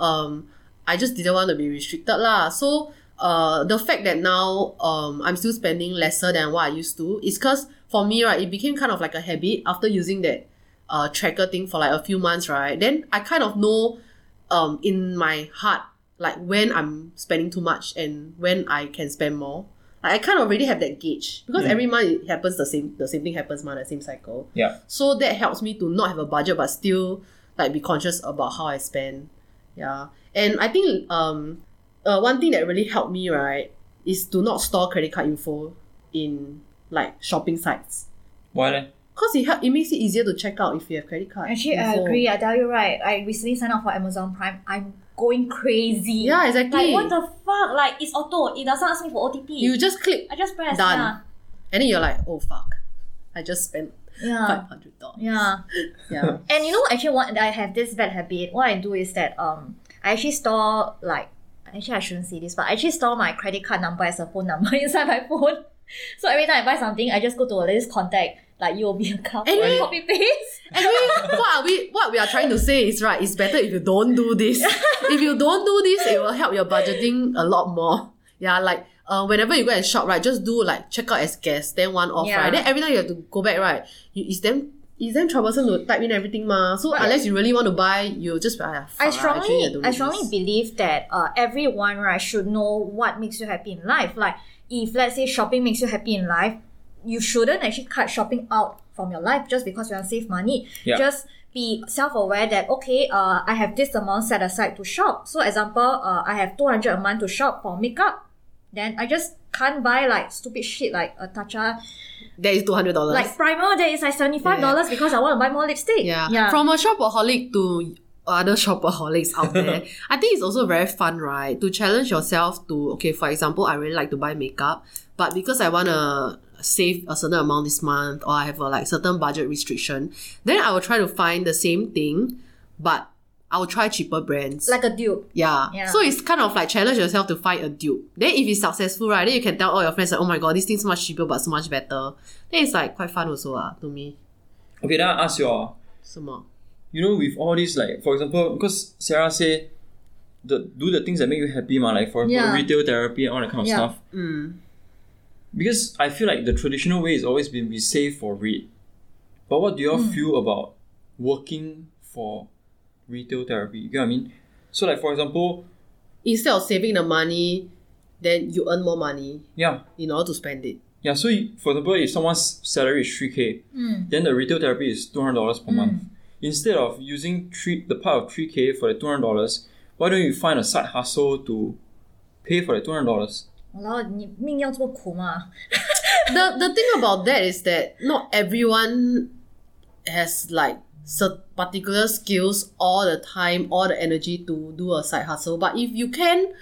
Speaker 1: um, I just didn't want to be restricted lah. So, uh, the fact that now um I'm still spending lesser than what I used to is because for me, right, it became kind of like a habit after using that uh, tracker thing for like a few months, right? Then I kind of know um, in my heart like when I'm spending too much and when I can spend more. Like I kind of already have that gauge because
Speaker 2: Mm.
Speaker 1: every month it happens the same the same thing happens month the same cycle.
Speaker 2: Yeah.
Speaker 1: So that helps me to not have a budget but still like be conscious about how I spend. Yeah. And I think um uh, one thing that really helped me right is to not store credit card info in like shopping sites.
Speaker 2: Why leh?
Speaker 1: Cause it help, it makes it easier to check out if you have credit card.
Speaker 3: Actually, I
Speaker 1: info.
Speaker 3: agree. I tell you right. I recently signed up for Amazon Prime. I'm going crazy.
Speaker 1: Yeah, exactly.
Speaker 3: Like what the fuck? Like it's auto. It doesn't ask me for OTP.
Speaker 1: you just click
Speaker 3: I just press.
Speaker 1: Done. and then you're like, oh fuck, I just spent
Speaker 3: Yeah.
Speaker 1: five hundred dollars.
Speaker 3: Ah. Yeah. yeah.
Speaker 1: Yeah.
Speaker 3: And you know, actually, what I have this bad habit. What I do is that um, I actually store like actually I shouldn't say this, but I actually store my credit card number as a phone number inside my phone. So every time I buy something, I just go to a list contact like UOB account and
Speaker 1: Anyway-
Speaker 3: copy paste.
Speaker 1: Anyway, what are we what we are trying to say is right, it's better if you don't do this. if you don't do this, it will help your budgeting a lot more. Yeah, like uh, whenever you go and shop, right, just do like check out as guest, then one off,
Speaker 3: Yeah.
Speaker 1: right? Then every time you have to go back, right? You, it's them it's then troublesome to type in everything ma. So
Speaker 3: But-
Speaker 1: unless you really want to buy, you just ah, fuck
Speaker 3: I
Speaker 1: lah, actually,
Speaker 3: strongly,
Speaker 1: don't
Speaker 3: I
Speaker 1: need
Speaker 3: strongly
Speaker 1: this.
Speaker 3: believe that uh, everyone right should know what makes you happy in life. Like if let's say shopping makes you happy in life, you shouldn't actually cut shopping out from your life just because you want to save money.
Speaker 2: Yeah.
Speaker 3: Just be self-aware that okay, uh, I have this amount set aside to shop. So example, uh, I have two hundred a month to shop for makeup. Then I just can't buy like stupid shit like a toucher
Speaker 1: That is two hundred dollars.
Speaker 3: like primer that is like seventy five dollars because I want to buy more lipstick.
Speaker 1: Yeah.
Speaker 3: yeah.
Speaker 1: From a shopaholic to other shopaholics out there, I think it's also very fun, right? To challenge yourself to, okay, for example, I really like to buy makeup, but because I want to save a certain amount this month or I have a like certain budget restriction, then I will try to find the same thing, but I'll try cheaper brands.
Speaker 3: like a dupe.
Speaker 1: Yeah.
Speaker 3: Yeah.
Speaker 1: So it's kind of like challenge yourself to find a dupe. Then if it's successful, right, then you can tell all your friends like, oh my god, this thing's much cheaper but so much better. Then it's like quite fun also, ah, to me.
Speaker 2: Okay, then I ask you all.
Speaker 1: So more.
Speaker 2: you know, with all these, like, for example, because Sarah say, the, do the things that make you happy, ma, like, for example,
Speaker 3: Yeah.
Speaker 2: retail therapy and all that kind of
Speaker 3: Yeah. Mm.
Speaker 2: stuff. Because I feel like the traditional way has always been we save for read. But what do y'all
Speaker 3: Mm.
Speaker 2: feel about working for retail therapy? You get what I mean? So, like, for example,
Speaker 1: instead of saving the money, then you earn more money
Speaker 2: yeah,
Speaker 1: in order to spend it.
Speaker 2: Yeah, so you- for example, if someone's salary is 3k,
Speaker 3: Mm.
Speaker 2: then the retail therapy is $200 per month. Instead of using three, the part of 3k for the $200, why don't you find a side hustle to pay for the $200?
Speaker 3: 然后你命要这么苦吗？
Speaker 1: the the thing about that is that not everyone has like cer- particular skills all the time, all the energy to do a side hustle. But if you can,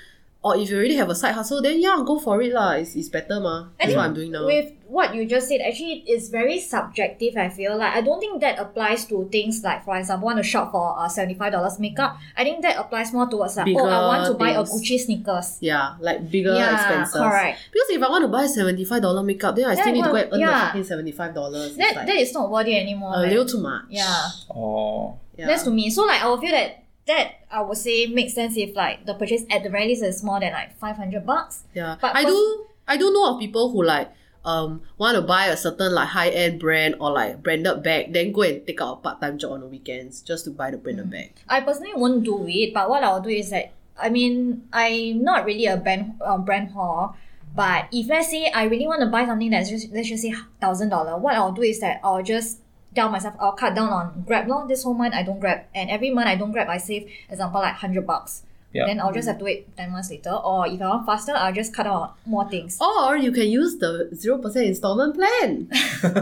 Speaker 1: or if you already have a side hustle, then yeah, go for it lah. It's, it's better mah. That's
Speaker 3: I think
Speaker 1: what I'm doing now.
Speaker 3: With what you just said, actually, it's very subjective. I feel like I don't think that applies to things like, for example, want to shop for uh, seventy five dollars makeup. I think that applies more towards like, oh, I
Speaker 1: Bigger
Speaker 3: want to buy a
Speaker 1: things.
Speaker 3: Gucci sneakers.
Speaker 1: yeah, like bigger
Speaker 3: yeah,
Speaker 1: expenses.
Speaker 3: correct.
Speaker 1: Because if I want to buy seventy five dollar makeup, then I still
Speaker 3: Yeah,
Speaker 1: need to go
Speaker 3: well,
Speaker 1: and earn
Speaker 3: yeah.
Speaker 1: the fucking seventy five dollars.
Speaker 3: That
Speaker 1: like
Speaker 3: that is not worth it anymore.
Speaker 1: a
Speaker 3: right?
Speaker 1: little too much.
Speaker 3: Yeah.
Speaker 2: Or
Speaker 1: yeah.
Speaker 3: That's to me. So like, I will feel that that I would say makes sense if like the purchase at the very least is more than like five hundred bucks.
Speaker 1: Yeah,
Speaker 3: But
Speaker 1: I
Speaker 3: pers-
Speaker 1: do. I do know of people who like um want to buy a certain like high end brand or like branded bag, then go and take out a part time job on the weekends just to buy the
Speaker 3: Mm.
Speaker 1: branded bag.
Speaker 3: I personally won't do it, but what I'll do is that I mean I'm not really a brand um, brand haul, but if let's say I really want to buy something that's just let's just say thousand dollar, what I'll do is that I'll just tell myself I'll cut down on Grab. Long this whole month I don't Grab, and every month I don't Grab, I save example like hundred bucks.
Speaker 2: Yeah.
Speaker 3: Then I'll just have to wait ten months later, or if I want faster, I'll just cut out on more things.
Speaker 1: Or you can use the zero percent installment plan.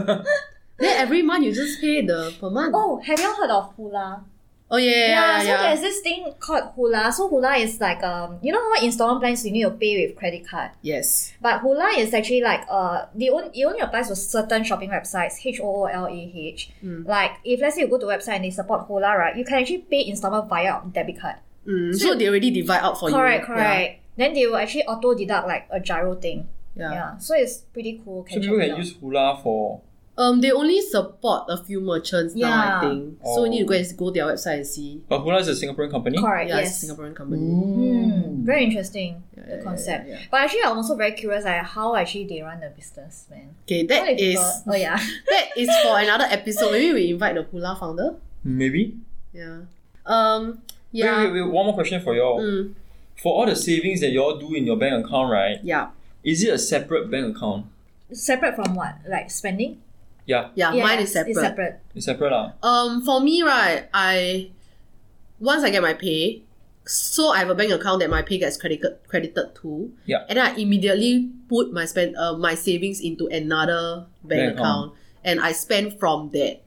Speaker 1: then every month you just pay the per month.
Speaker 3: Oh, have you all heard of Hula?
Speaker 1: Oh, yeah, yeah,
Speaker 3: so
Speaker 1: yeah.
Speaker 3: there's this thing called Hula. So Hula is like um, you know how installment plans you need to pay with credit card.
Speaker 1: yes.
Speaker 3: But Hoola is actually like uh the only it only applies to certain shopping websites, H O O L A H.
Speaker 1: Mm.
Speaker 3: Like if let's say you go to a website and they support Hoola, right, you can actually pay installment via debit card.
Speaker 1: Mm,
Speaker 3: So-
Speaker 1: so, they already divide out for
Speaker 3: correct,
Speaker 1: Oh, you.
Speaker 3: correct. Then they will actually auto deduct like a gyro thing.
Speaker 1: Yeah.
Speaker 3: Yeah.
Speaker 1: yeah.
Speaker 3: So it's pretty cool.
Speaker 2: so
Speaker 3: Can
Speaker 2: people
Speaker 3: check it
Speaker 2: can
Speaker 3: out.
Speaker 2: use Hula for
Speaker 1: Um, they only support a few merchants now, I
Speaker 3: Yeah.
Speaker 1: think. So you need to go
Speaker 2: Oh.
Speaker 1: and go their website and see.
Speaker 2: But Hula is a Singaporean company.
Speaker 3: Correct.
Speaker 1: Yeah,
Speaker 3: yes.
Speaker 1: it's a Singaporean company.
Speaker 3: Mm, very interesting
Speaker 1: yeah, yeah,
Speaker 3: the concept.
Speaker 1: yeah, yeah.
Speaker 3: But actually, I'm also very curious like how actually they run the business, man.
Speaker 1: Okay, that
Speaker 3: How they
Speaker 1: is
Speaker 3: got- oh yeah,
Speaker 1: that is for another episode. Maybe we invite the Hula founder.
Speaker 2: Maybe.
Speaker 1: Yeah. Um. Yeah.
Speaker 2: Wait, wait, wait. One more question for y'all.
Speaker 1: Mm,
Speaker 2: For all the savings that y'all do in your bank account, right?
Speaker 1: yeah.
Speaker 2: Is it a separate bank account?
Speaker 3: separate from what like spending.
Speaker 2: Yeah,
Speaker 1: Yeah.
Speaker 3: Yeah,
Speaker 1: Uh, Mine is
Speaker 3: it's-
Speaker 1: separate.
Speaker 3: It's separate.
Speaker 2: it's separate lah.
Speaker 1: Um. For me, right, I once I get my pay, so I have a bank account that my pay gets credited credited to.
Speaker 2: Yeah.
Speaker 1: And then I immediately put my spend uh, my savings into another bank
Speaker 2: Bank account.
Speaker 1: account, and I spend from that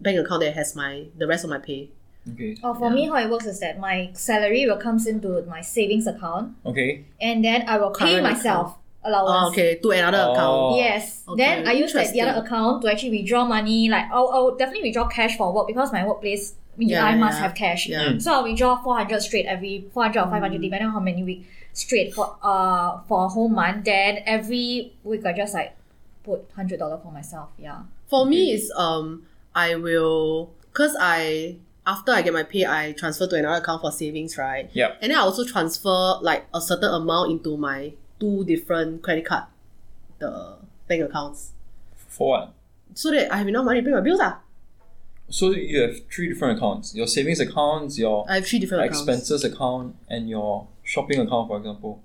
Speaker 1: bank account that has my the rest of my pay.
Speaker 2: Okay.
Speaker 3: Oh, for me, how it works is that my salary will comes into my savings account,
Speaker 2: Okay.
Speaker 3: and then I will pay
Speaker 1: Current
Speaker 3: myself allowance.
Speaker 1: Oh, okay. To another
Speaker 2: Oh.
Speaker 1: account.
Speaker 3: Yes.
Speaker 1: Okay,
Speaker 3: Then I use that the other
Speaker 1: interesting.
Speaker 3: account to actually withdraw money. Like I'll, I'll definitely withdraw cash for work because my workplace
Speaker 1: Yeah,
Speaker 3: I
Speaker 1: yeah,
Speaker 3: must
Speaker 1: yeah.
Speaker 3: have cash.
Speaker 1: Yeah. Mm.
Speaker 3: So I'll withdraw four hundred straight every four hundred or five hundred depending on how many week straight for uh for a whole month. Then every week I just like put hundred dollar for myself. Yeah.
Speaker 1: For me, it's um, I will because I after I get my pay, I transfer to another account for savings, right?
Speaker 2: Yep.
Speaker 1: And then I also transfer like a certain amount into my two different credit card, the bank accounts,
Speaker 2: For what?
Speaker 1: so that I have enough money to pay my bills. Ah,
Speaker 2: So you have three different accounts: your savings accounts, your
Speaker 1: I have three different accounts.
Speaker 2: expenses account, and your shopping account, for example.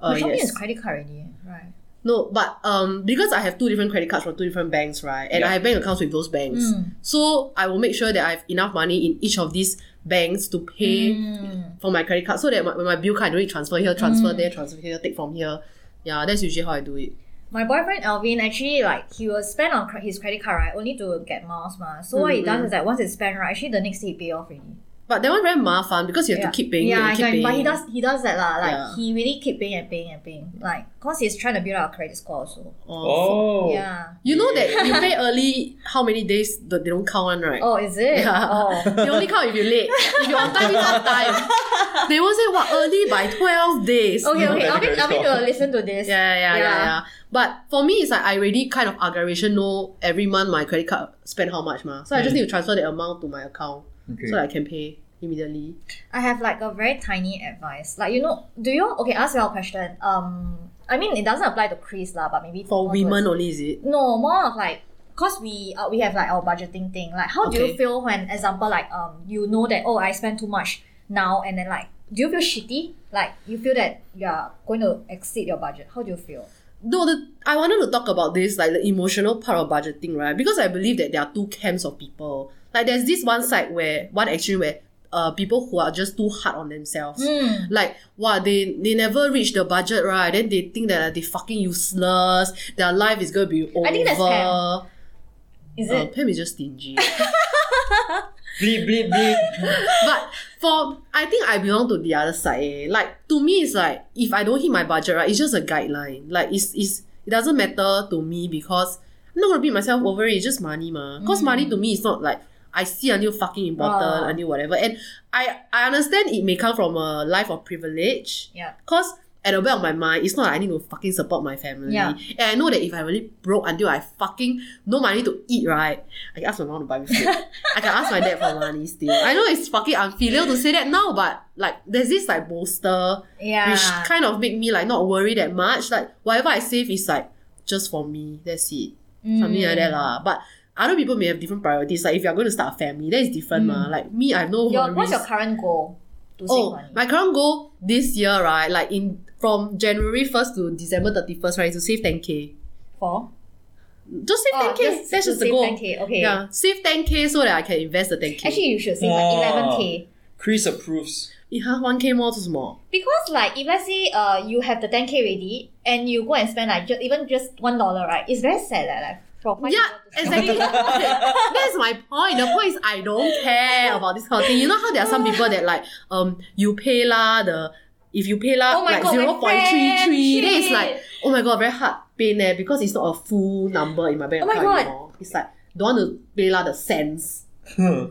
Speaker 1: Uh,
Speaker 3: but shopping
Speaker 1: yes.
Speaker 3: is credit card already, right?
Speaker 1: No, but um, because I have two different credit cards from two different banks, right? And
Speaker 2: Yeah.
Speaker 1: I have bank accounts with those banks,
Speaker 3: Mm.
Speaker 1: so I will make sure that I have enough money in each of these banks to pay
Speaker 3: Mm.
Speaker 1: for my credit card so that my, when my bill card I don't need transfer here, transfer there, transfer here, take from here. Yeah, that's usually how I do it.
Speaker 3: My boyfriend Alvin actually like he will spend on cre- his credit card right only to get miles ma. So what he
Speaker 1: Mm-hmm.
Speaker 3: does is that once it's spent right, actually the next day he pay off already.
Speaker 1: But that one very mafan because you have to keep paying
Speaker 3: Yeah,
Speaker 1: and
Speaker 3: I
Speaker 1: keep
Speaker 3: can,
Speaker 1: paying.
Speaker 3: but he does he does that lah. Like
Speaker 1: Yeah.
Speaker 3: he really keep paying and paying and paying. Like cause he's trying to build up a credit score also.
Speaker 1: Oh.
Speaker 2: Oh.
Speaker 3: Yeah.
Speaker 1: You know that you pay early how many days that they don't count one, right?
Speaker 3: Oh, is it?
Speaker 1: Yeah.
Speaker 3: Oh.
Speaker 1: They only count if you're late. if you're on time, you on time. They won't say what early by twelve days.
Speaker 3: Okay,
Speaker 2: No,
Speaker 3: okay.
Speaker 2: that's a
Speaker 3: Alvin,
Speaker 2: credit
Speaker 3: Alvin
Speaker 2: score.
Speaker 3: will listen to this.
Speaker 1: Yeah, yeah, yeah, yeah,
Speaker 3: Yeah.
Speaker 1: yeah. But for me, it's like I already kind of aggregation know every month my credit card spend how much, ma. So I just
Speaker 2: Mm.
Speaker 1: need to transfer the amount to my account
Speaker 2: Okay.
Speaker 1: so that I can pay immediately.
Speaker 3: I have like a very tiny advice. Like you know, do you okay? Ask your question. Um, I mean, it doesn't apply to Chris lah, but maybe
Speaker 1: For
Speaker 3: more
Speaker 1: women
Speaker 3: towards-
Speaker 1: only, is it?
Speaker 3: No, more of like. Cause we uh, we have like our budgeting thing. Like, how do
Speaker 1: Okay.
Speaker 3: you feel when, example, like um, you know that oh, I spend too much now, and then like, do you feel shitty? Like, you feel that you are going to exceed your budget. How do you feel?
Speaker 1: No, the, I wanted to talk about this, like the emotional part of budgeting, right? Because I believe that there are two camps of people. Like there's this one side where one extreme where uh people who are just too hard on themselves.
Speaker 3: Mm.
Speaker 1: Like wow, they they never reach the budget, right? Then they think that uh, they fucking useless. Their life is gonna be over.
Speaker 3: I think that's Pam. Is
Speaker 1: Uh,
Speaker 3: it?
Speaker 1: Pam is just stingy.
Speaker 2: Bleep bleep bleep.
Speaker 1: but for I think I belong to the other side. eh. Like to me, it's like if I don't hit my budget, right, it's just a guideline. Like it's, it's it doesn't matter to me because I'm not gonna beat myself over it. It's just money, ma. Because money to me is not like I see until fucking important,
Speaker 3: Wow.
Speaker 1: until whatever. And I I understand it may come from a life of privilege.
Speaker 3: Yeah.
Speaker 1: Cause at the back of my mind, it's not like I need to fucking support my family.
Speaker 3: Yeah.
Speaker 1: And I know that if I really broke until I fucking no money to eat, right? I can ask my mom to buy me food. I can ask my dad for money still. I know it's fucking unfilial to say that now, but like there's this like bolster
Speaker 3: Yeah.
Speaker 1: which kind of make me like not worry that much. Like whatever I save is like just for me. That's it. Something like that
Speaker 3: Mm.
Speaker 1: lah. But other people may have different priorities. Like if you're going to start a family, that is different mah. Like me, I have no
Speaker 3: Mm. Hmm. Your,
Speaker 1: worries.
Speaker 3: what's your current goal to save
Speaker 1: Oh,
Speaker 3: money?
Speaker 1: my current goal this year, right? Like in from January first to December thirty first, right? Is to save ten k.
Speaker 3: For?
Speaker 1: Just save ten
Speaker 3: Oh,
Speaker 1: k.
Speaker 3: just
Speaker 1: That's
Speaker 3: to
Speaker 1: just the
Speaker 3: save
Speaker 1: goal.
Speaker 3: 10K, okay.
Speaker 1: Yeah, save ten k so that I can invest the ten k.
Speaker 3: Actually, you should save like
Speaker 2: Wow.
Speaker 3: eleven k
Speaker 2: Chris approves.
Speaker 1: yeah, Eh, one k more to small.
Speaker 3: because like if let's say uh you have the ten k ready and you go and spend like just even just one dollar right, it's very sad that like for five
Speaker 1: Yeah,
Speaker 3: people to spend.
Speaker 1: exactly. That's my point. The point is I don't care about this kind of thing. You know how there are some people that like um you pay lah the if you pay lah
Speaker 3: Oh my
Speaker 1: like
Speaker 3: god, my
Speaker 1: zero point three three,
Speaker 3: friend,
Speaker 1: then it's
Speaker 3: shit.
Speaker 1: like oh my god very hard pain eh because it's not a full number in my bank
Speaker 3: Oh my
Speaker 1: account
Speaker 3: god.
Speaker 1: anymore. It's like don't want to pay lah the cents.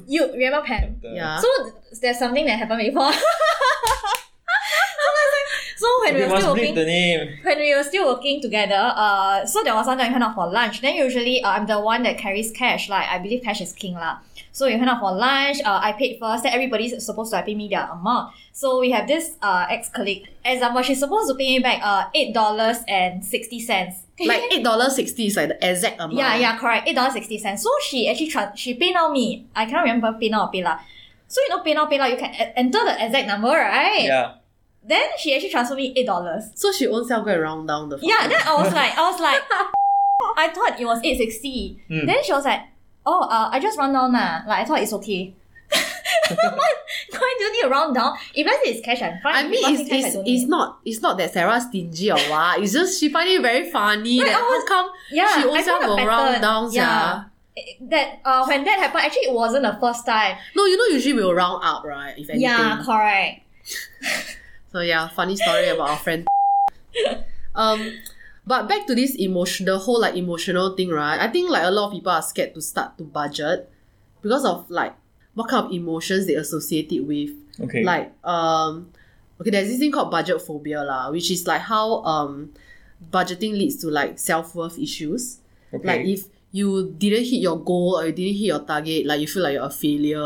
Speaker 3: You remember Pam?
Speaker 1: Yeah.
Speaker 3: So th- there's something that happened before. so, let's say- so So when
Speaker 2: we
Speaker 3: we were
Speaker 2: must
Speaker 3: still
Speaker 2: bleep
Speaker 3: working,
Speaker 2: the name.
Speaker 3: when we were still working together, uh, so there was one time we went out for lunch. Then usually uh, I'm the one that carries cash. Like I believe cash is king lah. So we went out for lunch. Uh, I paid first. Then everybody's supposed to like, pay me their amount. So we have this uh ex colleague. Example, she's supposed to pay me back uh eight dollars and sixty cents.
Speaker 1: Like eight dollars sixty is like the exact amount.
Speaker 3: Yeah, yeah, correct. Eight dollars sixty cents. So she actually trans- she pay now me. I cannot remember pay now or pay lah. So you know pay now pay lah. You can e- enter the exact number, right?
Speaker 2: Yeah.
Speaker 3: Then she actually transferred me eight dollars.
Speaker 1: So she own self go and round down the.
Speaker 3: Yeah,
Speaker 1: fucking-
Speaker 3: then I was like, I was like, I thought it was eight sixty.
Speaker 2: Mm.
Speaker 3: Then she was like, oh, uh, I just round down lah. Like I thought it's okay. why, why do you need to round down? If let's say it's cash, I'm fine.
Speaker 1: I mean,
Speaker 3: If
Speaker 1: it's,
Speaker 3: it's cash, I
Speaker 1: it's,
Speaker 3: don't
Speaker 1: it's
Speaker 3: need.
Speaker 1: not it's not that Sarah's stingy or what. It's just she find it very funny.
Speaker 3: Right,
Speaker 1: that
Speaker 3: I was-
Speaker 1: how come
Speaker 3: yeah,
Speaker 1: she
Speaker 3: I
Speaker 1: own
Speaker 3: found
Speaker 1: self
Speaker 3: a
Speaker 1: will round
Speaker 3: pattern.
Speaker 1: down? sia.
Speaker 3: Yeah. It- That uh, when that happened, actually it wasn't the first time.
Speaker 1: No, you know usually we'll round up, right? If anything.
Speaker 3: Yeah, correct.
Speaker 1: So yeah, funny story about our friend. um, but back to this emotion, the whole like emotional thing, right? I think like a lot of people are scared to start to budget because of like what kind of emotions they associate it with.
Speaker 2: Okay.
Speaker 1: Like um, okay, there's this thing called budget phobia lah, which is like how um, budgeting leads to like self worth issues.
Speaker 2: okay.
Speaker 1: Like if you didn't hit your goal or you didn't hit your target, like you feel like you're a failure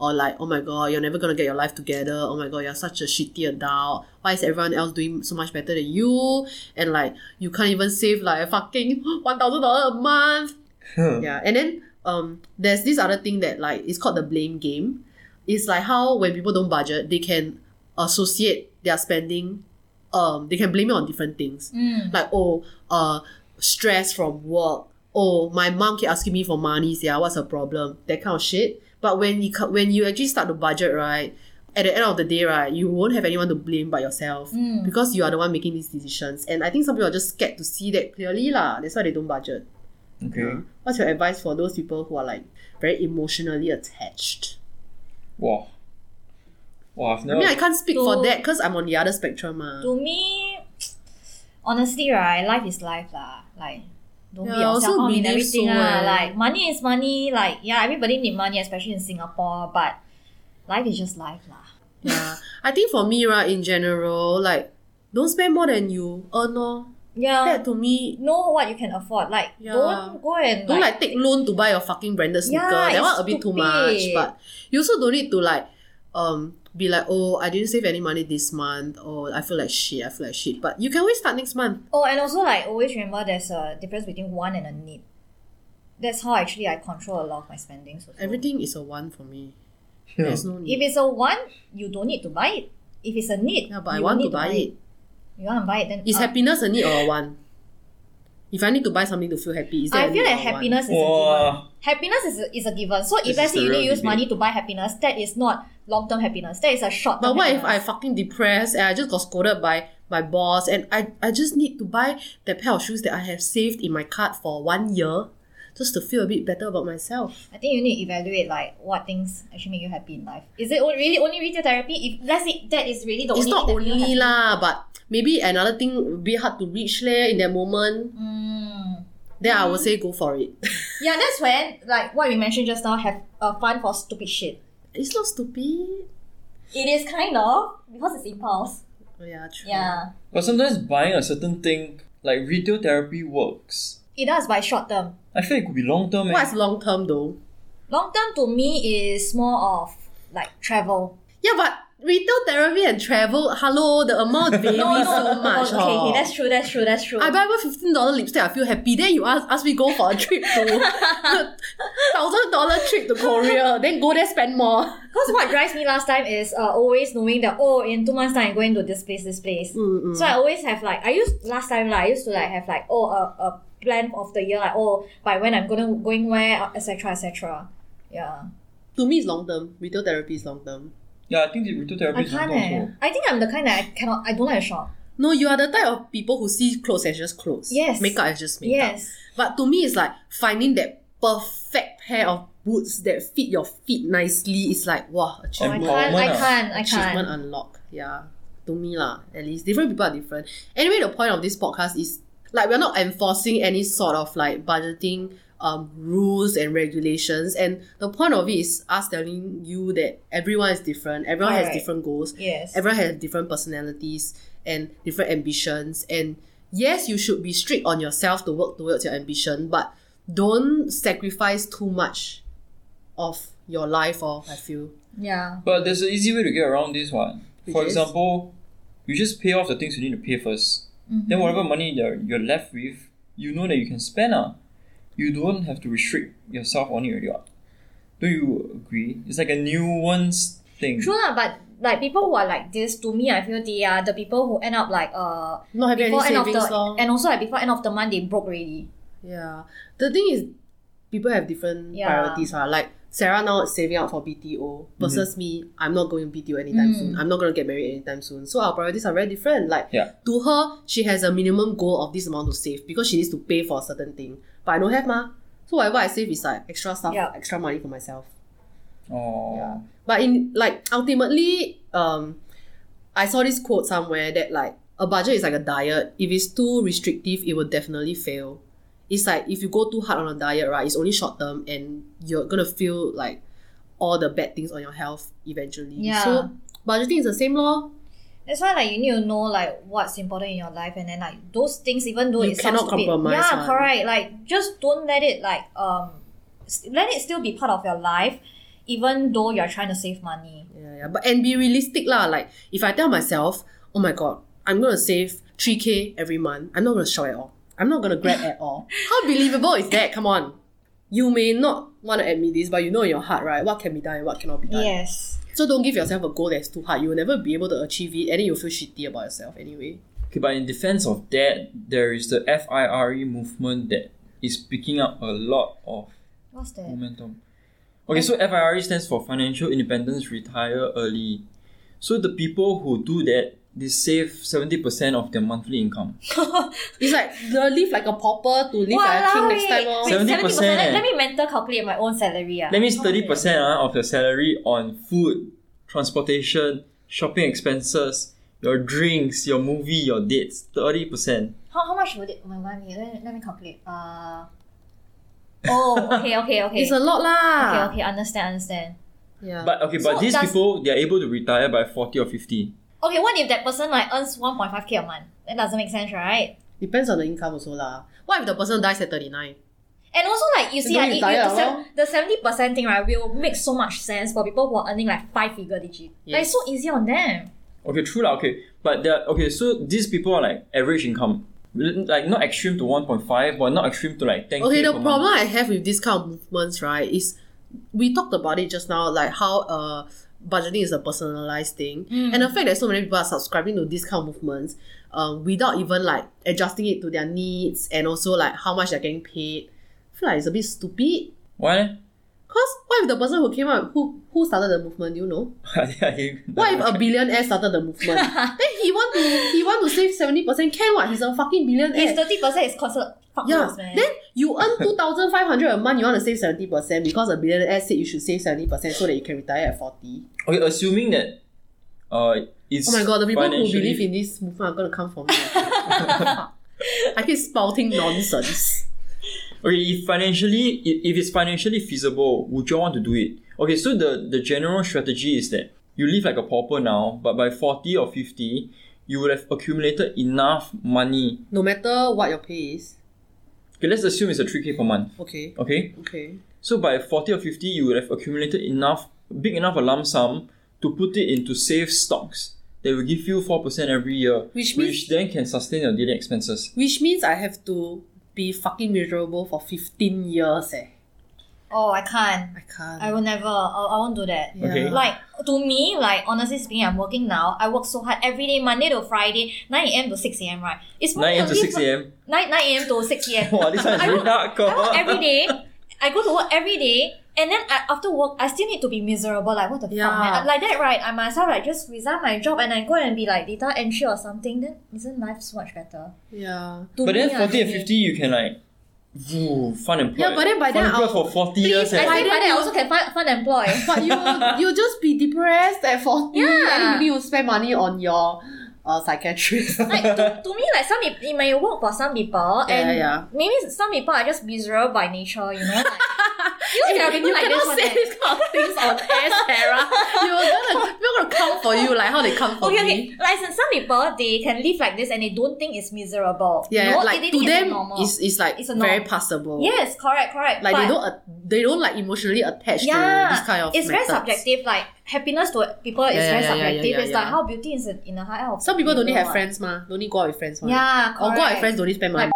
Speaker 1: or like, oh my god, you're never gonna get your life together. Oh my god, you're such a shitty adult. Why is everyone else doing so much better than you? And like you can't even save like fucking one thousand dollar a month. Yeah. And then um there's this other thing that like it's called the blame game. It's like how when people don't budget, they can associate their spending um they can blame it on different things
Speaker 3: Mm.
Speaker 1: like oh uh stress from work oh my mom keep asking me for money yeah what's her problem that kind of shit but when you co- when you actually start to budget right at the end of the day right you won't have anyone to blame but yourself
Speaker 3: Mm.
Speaker 1: because you are the one making these decisions and i think some people are just scared to see that clearly lah that's why they don't budget
Speaker 2: okay.
Speaker 1: what's your advice for those people who are like very emotionally attached
Speaker 2: Wow. Wow, I've
Speaker 1: i
Speaker 2: never.
Speaker 1: mean i can't speak for
Speaker 3: To-
Speaker 1: that because i'm on the other spectrum ah.
Speaker 3: To me, honestly, right, life is life lah. Like, don't
Speaker 1: Yeah,
Speaker 3: be
Speaker 1: I also
Speaker 3: yourself out in
Speaker 1: believe
Speaker 3: everything
Speaker 1: so,
Speaker 3: lah.
Speaker 1: eh.
Speaker 3: Like, money is money. Like, yeah, everybody need money, especially in Singapore. But life is just life lah.
Speaker 1: yeah i think for me right in general like don't spend more than you earn or
Speaker 3: Yeah,
Speaker 1: that to me
Speaker 3: know what you can afford. Like,
Speaker 1: Yeah.
Speaker 3: don't go and
Speaker 1: don't like take loan to buy your fucking branded sneaker. that
Speaker 3: Yeah, it's
Speaker 1: one a bit too much.
Speaker 3: stupid.
Speaker 1: But you also don't need to like um be like, oh, I didn't save any money this month, or I feel like shit, I feel like shit. But you can always start next month.
Speaker 3: Oh, and also like always remember there's a difference between one and a need. That's how actually I control a lot of my spendings. also.
Speaker 1: Everything is a one for me.
Speaker 2: Yeah.
Speaker 1: There's no
Speaker 3: If
Speaker 1: need.
Speaker 3: it's a want, you don't need to buy it. If it's a need,
Speaker 1: Yeah, but I
Speaker 3: you
Speaker 1: want
Speaker 3: need
Speaker 1: to buy it.
Speaker 3: You want to buy it, then
Speaker 1: Is
Speaker 3: uh,
Speaker 1: happiness a need or a want? If I need to buy something to feel happy, is that a
Speaker 3: I feel
Speaker 1: need
Speaker 3: that
Speaker 1: or a want?
Speaker 3: happiness is a given.
Speaker 2: Wow.
Speaker 3: Happiness is a, is a given. So
Speaker 2: This
Speaker 3: if
Speaker 2: is
Speaker 3: let's
Speaker 2: the
Speaker 3: say you
Speaker 2: real
Speaker 3: need to use
Speaker 2: debate.
Speaker 3: money to buy happiness, that is not long term happiness. That is a short.
Speaker 1: But what if I fucking depressed and I just got scolded by my boss and I, I just need to buy that pair of shoes that I have saved in my cart for one year just to feel a bit better about myself?
Speaker 3: I think you need to evaluate like what things actually make you happy in life. Is it o- really only retail therapy? If let's say that is really the
Speaker 1: it's
Speaker 3: only
Speaker 1: not
Speaker 3: thing that make
Speaker 1: only
Speaker 3: you happy.
Speaker 1: lah, but maybe another thing would be hard to reach leh in that moment.
Speaker 3: Mm.
Speaker 1: Then I would say go for it.
Speaker 3: Yeah, that's when like what we mentioned just now have uh, fun for stupid shit.
Speaker 1: it's not stupid.
Speaker 3: It is kind of because it's impulse.
Speaker 1: Oh, yeah, true.
Speaker 3: Yeah,
Speaker 2: But sometimes buying a certain thing, like retail therapy, works.
Speaker 3: it does by short term.
Speaker 2: I feel it could be long term. eh.
Speaker 1: What's long term though?
Speaker 3: Long term to me is more of like travel.
Speaker 1: Yeah, but retail therapy and travel, hello, the amount varies so much.
Speaker 3: okay, okay,
Speaker 1: hor.
Speaker 3: that's true, that's true, that's true.
Speaker 1: I buy one fifteen dollar lipstick, I feel happy. Then you ask ask me go for a trip to thousand dollar trip to Korea. Then go there spend more.
Speaker 3: Because what drives me last time is uh, always knowing that oh in two months time I'm going to this place this place.
Speaker 1: Mm, mm.
Speaker 3: So I always have like I used last time like I used to like have like oh a, a plan of the year like oh by when I'm gonna going where uh, etc etc. Yeah,
Speaker 1: To me, it's long term. Retail therapy is long term.
Speaker 2: Yeah, I think the retail therapy
Speaker 3: I
Speaker 2: is long
Speaker 3: can't.
Speaker 2: term.
Speaker 3: Eh.
Speaker 2: also.
Speaker 3: I think I'm the kind that I cannot. I don't like to shop.
Speaker 1: No, you are the type of people who see clothes as just clothes.
Speaker 3: Yes.
Speaker 1: Makeup as just makeup.
Speaker 3: Yes.
Speaker 1: But to me, it's like finding that perfect pair of boots that fit your feet nicely. It's like wow,
Speaker 3: Oh, I
Speaker 1: achievement.
Speaker 3: can't. I
Speaker 2: Empowerment ah.
Speaker 3: can't. I
Speaker 1: achievement
Speaker 3: can't.
Speaker 1: unlock. Yeah, to me lah. At least different people are different. Anyway, the point of this podcast is like we're not enforcing any sort of like budgeting um, rules and regulations. And the point of it is us telling you that everyone is different, everyone has
Speaker 3: Right.
Speaker 1: different goals,
Speaker 3: Yes.
Speaker 1: everyone has different personalities and different ambitions. And yes, you should be strict on yourself to work towards your ambition, but don't sacrifice too much of your life, or I feel.
Speaker 3: yeah.
Speaker 2: But there's an easy way to get around this one.
Speaker 1: Which
Speaker 2: For
Speaker 1: is?
Speaker 2: example, you just pay off the things you need to pay 1st
Speaker 1: Mm-hmm.
Speaker 2: Then whatever money you're, you're left with, you know that you can spend. Uh. You don't have to restrict yourself on it already. ah. Do you agree? It's like a nuanced thing.
Speaker 3: True lah, but like people who are like this, to me, I feel they are the people who end up like uh
Speaker 1: Not having
Speaker 3: before
Speaker 1: any
Speaker 3: end of
Speaker 1: savings,
Speaker 3: the
Speaker 1: lor.
Speaker 3: and also like before end of the month they broke already.
Speaker 1: Yeah. The thing is, people have different
Speaker 3: Yeah.
Speaker 1: priorities. Huh? Like Sarah now is saving up for BTO versus me, I'm not going BTO anytime soon.
Speaker 3: Mm.
Speaker 1: I'm not going to get married anytime soon. So our priorities are very different. Like
Speaker 2: Yeah.
Speaker 1: to her, she has a minimum goal of this amount to save because she needs to pay for a certain thing. But I don't have ma. So whatever I save is like extra stuff,
Speaker 3: Yeah.
Speaker 1: extra money for myself.
Speaker 2: Oh.
Speaker 1: Yeah. But in like ultimately, um, I saw this quote somewhere that like a budget is like a diet. If it's too restrictive, it will definitely fail. It's like if you go too hard on a diet, right? It's only short term, and you're gonna feel like all the bad things on your health eventually.
Speaker 3: Yeah.
Speaker 1: So budgeting is the same law.
Speaker 3: That's why like you need to know like what's important in your life and then like those things even though
Speaker 1: You
Speaker 3: it sounds
Speaker 1: cannot
Speaker 3: stupid,
Speaker 1: compromise
Speaker 3: yeah,
Speaker 1: one.
Speaker 3: correct. Like just don't let it like um s- let it still be part of your life, even though you're trying to save money.
Speaker 1: Yeah, yeah. But and be realistic lah. Like if I tell myself, oh my god, I'm gonna save three k every month. I'm not gonna shop at all. I'm not gonna grab at all. How believable is that? Come on. You may not want to admit this, but you know in your heart, right? What can be done and what cannot be done.
Speaker 3: Yes.
Speaker 1: So don't give yourself a goal that's too hard. You will never be able to achieve it, and then you'll feel shitty about yourself anyway.
Speaker 2: Okay, but in defense of that, there is the FIRE E movement that is picking up a lot of
Speaker 3: What's that?
Speaker 2: momentum. Okay, so FIRE E stands for Financial Independence Retire Early. So the people who do that, they save 70% of their monthly income.
Speaker 1: It's like the live like a pauper to live like a king
Speaker 3: Walao
Speaker 1: next
Speaker 3: eh.
Speaker 1: time. oh. lor.
Speaker 3: Wait,
Speaker 2: 70%.
Speaker 3: 70%. Let, let me mental calculate my own salary. Ah.
Speaker 2: That means 30% ah, of their salary on food, transportation, shopping expenses, your drinks, your movie, your dates. 30%.
Speaker 3: How, how much would it my one be? Let, let me calculate. Uh, oh, okay, okay, okay.
Speaker 1: It's a lot
Speaker 3: okay,
Speaker 1: lah.
Speaker 3: okay, understand, understand.
Speaker 1: Yeah.
Speaker 2: But okay, but
Speaker 3: So
Speaker 2: these
Speaker 3: does-
Speaker 2: people, they are able to retire by 40 or 50.
Speaker 3: Okay, what if that person like earns 1.5k a month? That doesn't make sense, right?
Speaker 1: Depends on the income also lah. What if the person dies at thirty nine?
Speaker 3: And also like you see,
Speaker 1: Then
Speaker 3: like,
Speaker 1: you
Speaker 3: it- it-
Speaker 1: tired,
Speaker 3: the, sev- the 70% thing right will make so much sense for people who are earning like five figure digit. Like it's so easy on them.
Speaker 2: Okay, true lah. Okay, but they're okay. So these people are like average income, like not extreme to one point five, but not extreme to like ten.
Speaker 1: Okay, the problem I have with this kind of movements, right, is we talked about it just now, like how uh budgeting is a personalized thing, and the fact that so many people are subscribing to this kind of movements, um, without even like adjusting it to their needs and also like how much they're getting paid, I feel like it's a bit stupid.
Speaker 2: Why?
Speaker 1: Cause what if the person who came up who who started the movement, you know? What
Speaker 2: Why
Speaker 1: if a billionaire started the movement? then he want to he want to save seventy percent. Can what? He's a fucking billionaire.
Speaker 3: If 30% is considered fuck
Speaker 1: Yeah.
Speaker 3: loads, man.
Speaker 1: Then you earn two thousand five hundred a month. You want to save seventy percent because a billionaire said you should save seventy percent so that you can retire at forty.
Speaker 2: Okay, assuming that, uh, it's
Speaker 1: Oh my god, the people who
Speaker 2: financially-
Speaker 1: believe in this movement are gonna come for me. I keep spouting nonsense.
Speaker 2: okay, if financially, i- if it's financially feasible, would you want to do it? Okay, so the the general strategy is that you live like a pauper now, but by forty or fifty, you would have accumulated enough money.
Speaker 1: No matter what your pay is.
Speaker 2: Okay, let's assume it's a three k per month.
Speaker 1: Okay.
Speaker 2: Okay,
Speaker 1: Okay.
Speaker 2: So by 40 or 50, you would have accumulated enough, big enough a lump sum to put it into safe stocks that will give you 4% every year,
Speaker 1: Which means-
Speaker 2: then can sustain your daily expenses.
Speaker 1: Which means I have to be fucking miserable for fifteen years. Eh.
Speaker 3: oh, I can't.
Speaker 1: I can't.
Speaker 3: I will never. I, I won't do that.
Speaker 1: Yeah.
Speaker 2: Okay.
Speaker 3: Like to me, like honestly speaking, I'm working now. I work so hard every day, Monday to Friday, nine a.m. to six a.m. Right? It's
Speaker 2: 9 a.m. to 6
Speaker 3: a.m.
Speaker 2: a.m.
Speaker 3: Nine nine a.m. to six a.m.
Speaker 2: Wow, this one is
Speaker 3: I
Speaker 2: really
Speaker 3: work,
Speaker 2: dark.
Speaker 3: I work every day. I go to work every day, and then I, after work, I still need to be miserable. Like what the fuck,
Speaker 1: Yeah.
Speaker 3: man? Like that, right? I might as well like just resign my job and I go and be like data entry or something. Then isn't life so much better?
Speaker 1: yeah.
Speaker 3: To
Speaker 2: But then
Speaker 3: me,
Speaker 2: 40
Speaker 3: I
Speaker 2: and
Speaker 3: feel-
Speaker 2: 50, you can like, woo, fun employed.
Speaker 1: ah, Yeah, but then by
Speaker 2: fun
Speaker 1: then
Speaker 2: employed
Speaker 1: I'll-
Speaker 2: for 40
Speaker 3: Please,
Speaker 2: years.
Speaker 3: I
Speaker 2: eh.
Speaker 1: By
Speaker 3: think
Speaker 1: then
Speaker 3: by then I
Speaker 1: you-
Speaker 3: also can find find employ.
Speaker 1: But you you just be depressed at forty,
Speaker 3: Yeah.
Speaker 1: and maybe you spend money on your a psychiatrist.
Speaker 3: like to, to me, like some it, it may work for some people,
Speaker 1: Yeah,
Speaker 3: and
Speaker 1: yeah.
Speaker 3: maybe some people are just miserable by nature. You know, like, you know,
Speaker 1: Hey,
Speaker 3: there are
Speaker 1: you
Speaker 3: people like this
Speaker 1: cannot
Speaker 3: one.
Speaker 1: say
Speaker 3: eh.
Speaker 1: this kind of things on air, Sarah. You are gonna, we're gonna come for you, like how they come for
Speaker 3: Okay,
Speaker 1: me.
Speaker 3: okay. Like some some people, they can live like this and they don't think it's miserable.
Speaker 1: Yeah,
Speaker 3: you know?
Speaker 1: like
Speaker 3: they
Speaker 1: to
Speaker 3: think it's
Speaker 1: them,
Speaker 3: normal.
Speaker 1: it's, it's like
Speaker 3: It's a norm.
Speaker 1: very passable.
Speaker 3: yes, correct, correct.
Speaker 1: like
Speaker 3: but
Speaker 1: they don't a- they don't like emotionally attached
Speaker 3: yeah,
Speaker 1: to this kind of.
Speaker 3: it's very
Speaker 1: methods.
Speaker 3: subjective. Like happiness to people is
Speaker 1: Yeah, yeah,
Speaker 3: very
Speaker 1: yeah, yeah,
Speaker 3: subjective.
Speaker 1: yeah,
Speaker 3: it's
Speaker 1: yeah.
Speaker 3: like how beauty is in in the heart of
Speaker 1: Some people don't need have
Speaker 3: what.
Speaker 1: friends, ma. Don't need go out with friends, Oh, ma.
Speaker 3: Yeah, correct.
Speaker 1: Or go out with friends, don't need spend money.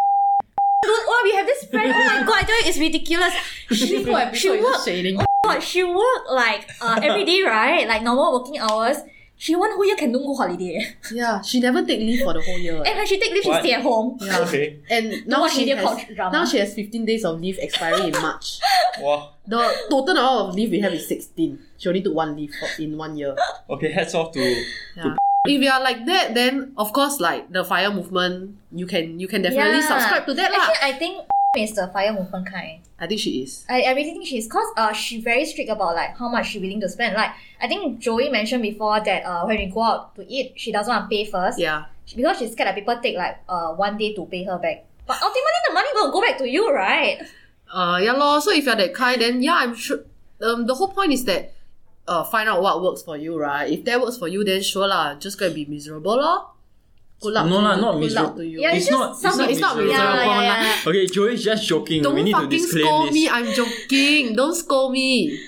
Speaker 3: Dude, oh, we have this friend. Oh my god, I tell you, it's ridiculous. She, she worked.
Speaker 1: shading.
Speaker 3: God, she worked like uh, every day, right? Like normal working hours. She one whole year can don't go holiday.
Speaker 1: Yeah, she never take leave for the whole year.
Speaker 3: And when she take leave, she
Speaker 2: What?
Speaker 3: stay at home.
Speaker 1: yeah.
Speaker 2: Okay.
Speaker 1: And
Speaker 3: Don't
Speaker 1: now
Speaker 3: watch
Speaker 1: she
Speaker 3: India
Speaker 1: has,
Speaker 3: culture drama.
Speaker 1: now she has 15 days of leave expiring in March.
Speaker 2: Wow.
Speaker 1: The total number of leave we have is 16. She only took one leave for, in one year.
Speaker 2: Okay, hats off to
Speaker 1: If you are like that, then of course like the fire movement, you can you can definitely
Speaker 3: Yeah.
Speaker 1: subscribe to that lah.
Speaker 3: Actually, I think is the fire movement kind.
Speaker 1: I think she is.
Speaker 3: I, I really think she's cause uh she very strict about like how much she willing to spend. Like I think Joey mentioned before that uh when we go out to eat, she doesn't want to pay first
Speaker 1: Yeah.
Speaker 3: because she's scared that people take like uh one day to pay her back. But ultimately, the money gonna go back to you, right?
Speaker 1: Uh, yeah, lor. So if you're that kind, then yeah, I'm sure. Um, the whole point is that, uh, find out what works for you, right? If that works for you, then sure lah. Just gonna be miserable, lor. Good luck.
Speaker 2: No
Speaker 1: to
Speaker 2: lah,
Speaker 1: you.
Speaker 2: not
Speaker 1: Good
Speaker 2: miserable.
Speaker 1: luck to you.
Speaker 3: Yeah,
Speaker 2: It's
Speaker 3: it's just
Speaker 2: not- it's
Speaker 3: some
Speaker 2: not
Speaker 3: people-
Speaker 1: it's not
Speaker 3: yeah,
Speaker 1: miserable
Speaker 3: yeah,
Speaker 1: lah.
Speaker 3: yeah, yeah.
Speaker 2: Okay, Joey's just joking.
Speaker 1: Don't
Speaker 2: we need to
Speaker 1: fucking
Speaker 2: disclaim
Speaker 1: scold
Speaker 2: this.
Speaker 1: me. I'm joking. Don't scold me.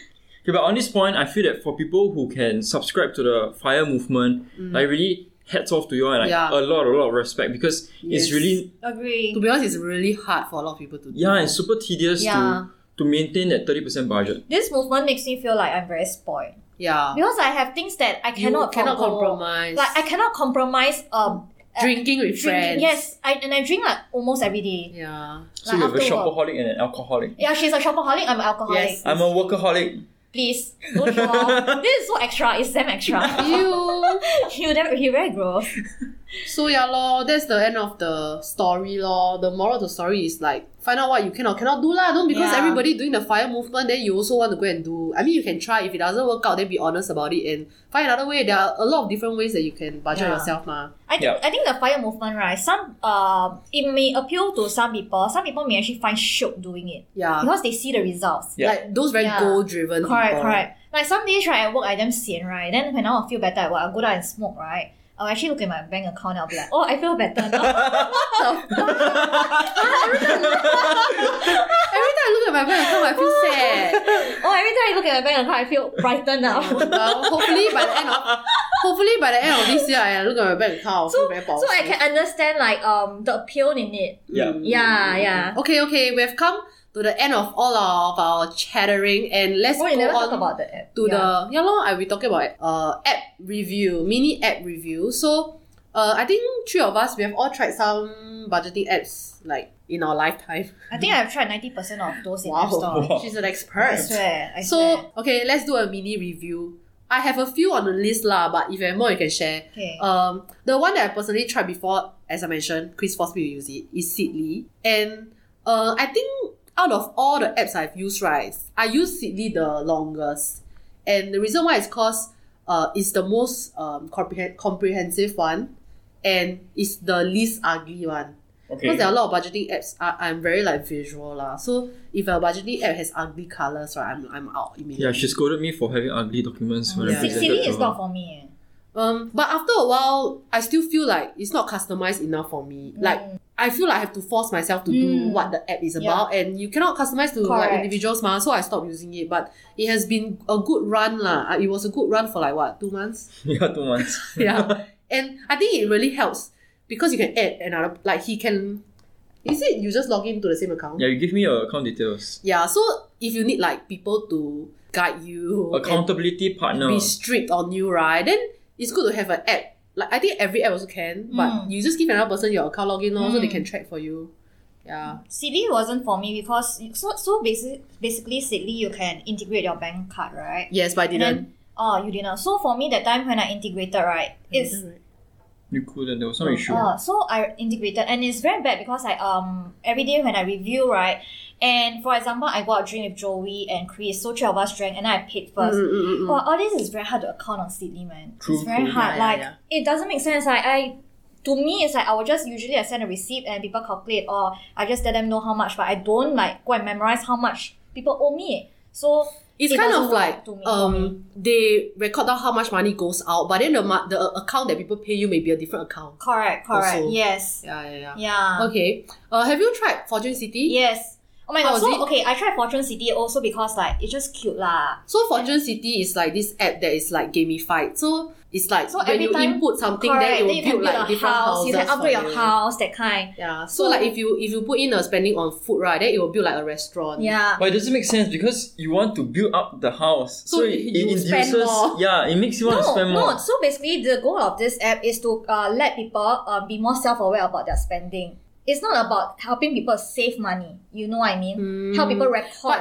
Speaker 2: Okay, but on this point, I feel that for people who can subscribe to the fire movement, like really hats off to you all and like
Speaker 1: Mm. Yeah.
Speaker 2: a lot, a lot of respect because
Speaker 1: Yes.
Speaker 2: it's really
Speaker 1: To
Speaker 3: Agree.
Speaker 1: be honest, it's really hard for a lot of people to. do.
Speaker 2: yeah, it's super tedious
Speaker 3: Yeah.
Speaker 2: to to maintain that thirty percent budget.
Speaker 3: This movement makes me feel like I'm very spoiled
Speaker 1: Yeah.
Speaker 3: because I have things that I
Speaker 1: You
Speaker 3: cannot
Speaker 1: cannot
Speaker 3: forgo.
Speaker 1: compromise.
Speaker 3: Like I cannot compromise. Um,
Speaker 1: drinking with
Speaker 3: drinking.
Speaker 1: friends.
Speaker 3: Yes, I and I drink like almost every day.
Speaker 1: Yeah.
Speaker 2: So
Speaker 3: Like
Speaker 2: you have a
Speaker 3: after
Speaker 2: shopaholic and an alcoholic.
Speaker 3: Yeah, she's a shopaholic. I'm an alcoholic.
Speaker 1: Yes.
Speaker 2: I'm a workaholic.
Speaker 3: Please, don't show off. this is so extra. It's damn extra.
Speaker 1: You.
Speaker 3: he, damn, he very gross.
Speaker 1: So yeah, lor, that's the end of the story, lor. The moral of the story is like find out what you can or cannot do, lah. Don't because
Speaker 3: Yeah.
Speaker 1: everybody doing the fire movement, then you also want to go and do. I mean, you can try. If it doesn't work out, then be honest about it and find another way. There are a lot of different ways that you can budget
Speaker 3: Yeah.
Speaker 1: yourself, ma.
Speaker 3: I think
Speaker 2: Yeah.
Speaker 3: I think the fire movement, right? Some uh, it may appeal to some people. Some people may actually find shock doing it
Speaker 1: Yeah.
Speaker 3: because they see the results.
Speaker 2: Yeah.
Speaker 1: Like those very
Speaker 3: Yeah.
Speaker 1: goal driven.
Speaker 3: Correct, correct. Like some days, right, at work, I damn sian, right? Then when I want to feel better at work, I'll go down and smoke, right? I'll actually look at my bank account and I'll be like, oh, I feel better now.
Speaker 1: Every time I look at my bank account, I feel sad.
Speaker 3: oh, every time I look at my bank account, I feel brighter now.
Speaker 1: well, hopefully by the end of hopefully by the end of this year, I look at my bank account, I'll feel very
Speaker 3: so I
Speaker 1: powerful.
Speaker 3: can understand like um the appeal in it.
Speaker 2: Yeah.
Speaker 1: Mm.
Speaker 3: Yeah, yeah.
Speaker 1: Okay, okay, we have come to the end of all of our chattering and let's
Speaker 3: Oh, you
Speaker 1: go
Speaker 3: never
Speaker 1: on
Speaker 3: talk about the app.
Speaker 1: to
Speaker 3: Yeah.
Speaker 1: the yeah lor, I we talking about uh app review, mini app review. So uh I think three of us we have all tried some budgeting apps like in our lifetime.
Speaker 3: I think I've tried ninety percent of those in
Speaker 1: Wow.
Speaker 3: App Store.
Speaker 2: Wow.
Speaker 1: She's an
Speaker 3: I
Speaker 1: expert.
Speaker 3: swear, I swear.
Speaker 1: So okay, let's do a mini review. I have a few on the list lah, but if you have more you can share.
Speaker 3: Okay.
Speaker 1: Um, the one that I personally tried before, as I mentioned, Chris forced me to use it, is Seedly. And uh, I think out of all the apps I've used, right, I use Seedly the longest. And the reason why is because uh, it's the most um, comprehen- comprehensive one and it's the least ugly one. Because
Speaker 2: okay.
Speaker 1: there are a lot of budgeting apps. I, I'm very like visual lah. So if a budgeting app has ugly colors, right, I'm, I'm out immediately.
Speaker 2: Yeah, she scolded me for having ugly documents when
Speaker 1: Yeah. uh-huh.
Speaker 2: I
Speaker 3: Si-
Speaker 2: presented
Speaker 3: Siri
Speaker 2: to
Speaker 3: is
Speaker 2: her.
Speaker 3: not for me. eh.
Speaker 1: Um, but after a while, I still feel like it's not customized enough for me. Like I feel like I have to force myself to do
Speaker 3: Mm.
Speaker 1: what the app is
Speaker 3: Yeah.
Speaker 1: about, and you cannot customize to like
Speaker 3: Correct.
Speaker 1: individuals, ma. So I stopped using it, but it has been a good run, lah. Uh, It was a good run for like what two months,
Speaker 2: yeah, two months.
Speaker 1: yeah. and I think it really helps because you can add another, like he can. Is it you just log into the same account?
Speaker 2: Yeah, you give me your account details.
Speaker 1: Yeah, so if you need like people to guide you, and
Speaker 2: Accountability partner.
Speaker 1: be strict on you, right? Then it's good to have an app. Like I think every app also can, but
Speaker 3: Mm.
Speaker 1: you just give another person your account login, lor, so they can
Speaker 3: Mm.
Speaker 1: track for you. Yeah.
Speaker 3: Siri wasn't for me because so so basic, basically Siri you can integrate your bank card right.
Speaker 1: Yes, but I
Speaker 3: And
Speaker 1: didn't.
Speaker 3: then- Oh, you didn't. So for me, that time when I integrated, right, it's
Speaker 2: you couldn't. There was
Speaker 3: Oh.
Speaker 2: some issue.
Speaker 3: Uh, so I integrated, and it's very bad because I um every day when I review right, And for example, I got a drink with Joey and Chris, so three of us drank, and I paid
Speaker 1: Mm,
Speaker 3: first.
Speaker 1: mm, mm, mm, mm.
Speaker 3: Well, all this is very hard to account on Sydney, man.
Speaker 2: True,
Speaker 3: it's very
Speaker 2: true.
Speaker 1: Yeah,
Speaker 3: hard.
Speaker 1: yeah,
Speaker 3: like
Speaker 1: yeah.
Speaker 3: it doesn't make sense. Like I, to me, it's like I will just usually I send a receipt and people calculate, or I just let them know how much, but I don't like go and memorize how much people owe me. So
Speaker 1: It's
Speaker 3: it
Speaker 1: kind
Speaker 3: doesn't
Speaker 1: of
Speaker 3: work
Speaker 1: like
Speaker 3: to me.
Speaker 1: um they record out how much money goes out, but then the mo- the account that people pay you may be a different account.
Speaker 3: correct, correct,
Speaker 1: Also.
Speaker 3: yes,
Speaker 1: Yeah, yeah, yeah.
Speaker 3: yeah,
Speaker 1: Okay. Uh, have you tried Fortune City?
Speaker 3: yes. Oh my
Speaker 1: How
Speaker 3: god!
Speaker 1: is
Speaker 3: So
Speaker 1: it?
Speaker 3: okay, I tried Fortune City also because like it's just cute lah.
Speaker 1: So Fortune City is like this app that is like gamified. So it's like
Speaker 3: So
Speaker 1: when
Speaker 3: every
Speaker 1: you
Speaker 3: time-
Speaker 1: input something,
Speaker 3: correct.
Speaker 1: then it will
Speaker 3: you
Speaker 1: build
Speaker 3: can build
Speaker 1: like
Speaker 3: a
Speaker 1: different
Speaker 3: house.
Speaker 1: houses
Speaker 3: You can upgrade
Speaker 1: for
Speaker 3: your house, that kind.
Speaker 1: Yeah. So,
Speaker 3: So-
Speaker 1: like if you if you put in a spending on food, right, then it will build like a restaurant.
Speaker 3: Yeah.
Speaker 2: But it doesn't make sense because you want to build up the house.
Speaker 1: So
Speaker 2: So, it, it
Speaker 1: you
Speaker 2: induces.
Speaker 1: spend more.
Speaker 2: Yeah, it makes you want to
Speaker 3: No,
Speaker 2: spend more.
Speaker 3: no. So basically, the goal of this app is to uh, let people uh, be more self-aware about their spending. It's not about helping people save money. You know what I mean? Help people record.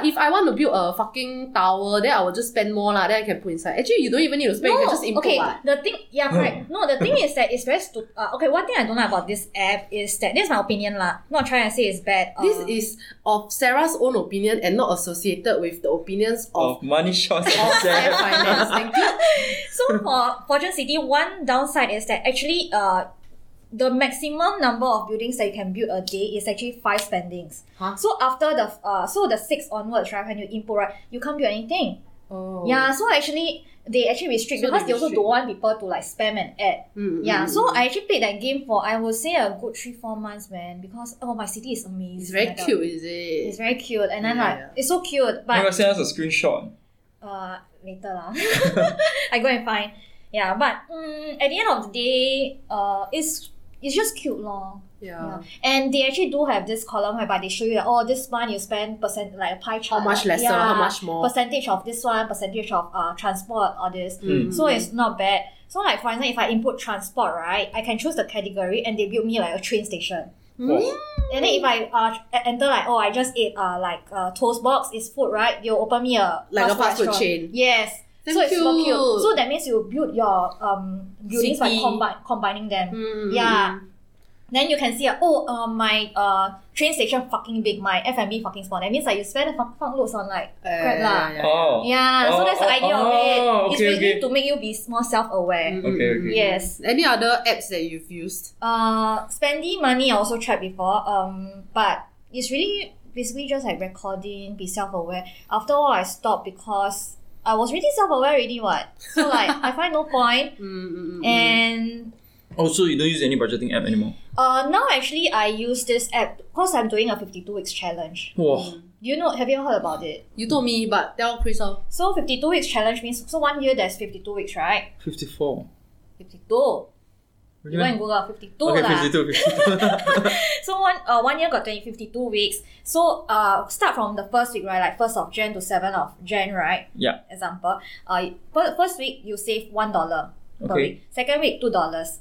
Speaker 1: Hmm. Mm. But if I want to build a fucking tower, then I will just spend more lah. Then I can put inside. Actually, you don't even need to spend.
Speaker 3: no,
Speaker 1: you can just input.
Speaker 3: okay.
Speaker 1: what.
Speaker 3: The thing, yeah, correct. no, the thing is that it's very stupid. Uh, okay, one thing I don't like about this app is that this is my opinion lah. Not trying to say it's bad. Uh,
Speaker 1: This is of Sarah's own opinion and not associated with the opinions of
Speaker 2: Of money shots
Speaker 1: of
Speaker 2: and
Speaker 1: Fair
Speaker 2: debt.
Speaker 1: Finance. Thank you.
Speaker 3: So for Fortune City, one downside is that actually uh the maximum number of buildings that you can build a day is actually five spendings.
Speaker 1: Huh?
Speaker 3: So after the uh so the six onwards, right, when you input right, you can't build anything.
Speaker 1: Oh.
Speaker 3: Yeah, so actually they actually restrict
Speaker 1: So they
Speaker 3: because they, also
Speaker 1: restrict.
Speaker 3: don't want people to like spam and add.
Speaker 1: Mm, mm,
Speaker 3: Yeah,
Speaker 1: mm,
Speaker 3: so
Speaker 1: mm.
Speaker 3: I actually played that game for I would say a good three, four months, man, because oh my city is amazing.
Speaker 1: it's very
Speaker 3: Oh my God.
Speaker 1: cute, is it?
Speaker 3: It's very cute and then
Speaker 1: Yeah,
Speaker 3: like
Speaker 1: yeah.
Speaker 3: it's so cute,
Speaker 2: You
Speaker 3: but
Speaker 2: must send us a screenshot.
Speaker 3: uh later lah. I go and find. Yeah, but mm, at the end of the day, uh, it's it's just cute lor.
Speaker 1: yeah.
Speaker 3: And they actually do have this column whereby they show you that oh this month you spend percent like a pie
Speaker 1: How
Speaker 3: chart.
Speaker 1: much
Speaker 3: like,
Speaker 1: lesser?
Speaker 3: yeah,
Speaker 1: How much more?
Speaker 3: percentage of this one, percentage of uh transport all this.
Speaker 1: Mm.
Speaker 3: So it's not bad. So like for example, if I input transport right, I can choose the category and they build me like a train station.
Speaker 1: Mm-hmm.
Speaker 2: Wow.
Speaker 3: And then if I uh e- enter like oh I just ate uh like uh toast box is food right, you open me a
Speaker 1: Like a fast food
Speaker 3: restaurant.
Speaker 1: chain.
Speaker 3: Yes.
Speaker 1: That's
Speaker 3: so it's super
Speaker 1: cute.
Speaker 3: cute. So that means you build your um buildings by
Speaker 1: City.
Speaker 3: combi- combining them.
Speaker 1: Mm, mm,
Speaker 3: Hmm? Yeah. Then you can see uh, oh uh, my uh train station fucking big, my F and B fucking small. That means like you spend fuck fuck loads on like
Speaker 1: mm.
Speaker 3: Grab
Speaker 1: Yeah,
Speaker 3: lah.
Speaker 1: yeah, yeah.
Speaker 2: Oh.
Speaker 3: yeah. so
Speaker 2: Oh,
Speaker 3: that's the
Speaker 2: oh,
Speaker 3: idea
Speaker 2: oh,
Speaker 3: of it.
Speaker 2: okay,
Speaker 3: it's really
Speaker 2: okay.
Speaker 3: to make you be more self aware.
Speaker 1: Mm,
Speaker 2: Okay,
Speaker 1: mm, mm.
Speaker 2: okay.
Speaker 3: Yes.
Speaker 1: Any other apps that you've used?
Speaker 3: Uh, spendy money I also tried before. Um, but it's really basically just like recording, be self aware. After all, I stopped because I was really self aware already. What? So like I find no point.
Speaker 1: Mm, mm, mm, mm.
Speaker 3: And
Speaker 2: Oh, so you don't use any budgeting app anymore?
Speaker 3: uh, now actually I use this app because I'm doing a fifty two weeks challenge.
Speaker 2: Wow.
Speaker 3: Do you know? Have you heard about it?
Speaker 1: mm. you told me, but tell Chris off.
Speaker 3: So fifty two weeks challenge means so one year there's fifty two weeks, right?
Speaker 2: 54.
Speaker 3: Fifty two.
Speaker 2: What do
Speaker 3: You
Speaker 2: you
Speaker 3: go
Speaker 2: mean?
Speaker 3: and Google fifty two
Speaker 2: Okay,
Speaker 3: lah.
Speaker 2: 52, 52.
Speaker 3: So one uh, one year got 20, 52 weeks. So uh, start from the first week, right? Like first of Jan to seventh of Jan, right?
Speaker 2: yeah.
Speaker 3: Example. Uh, fir- first week you save one dollar per
Speaker 2: Okay.
Speaker 3: week. Second week two dollars.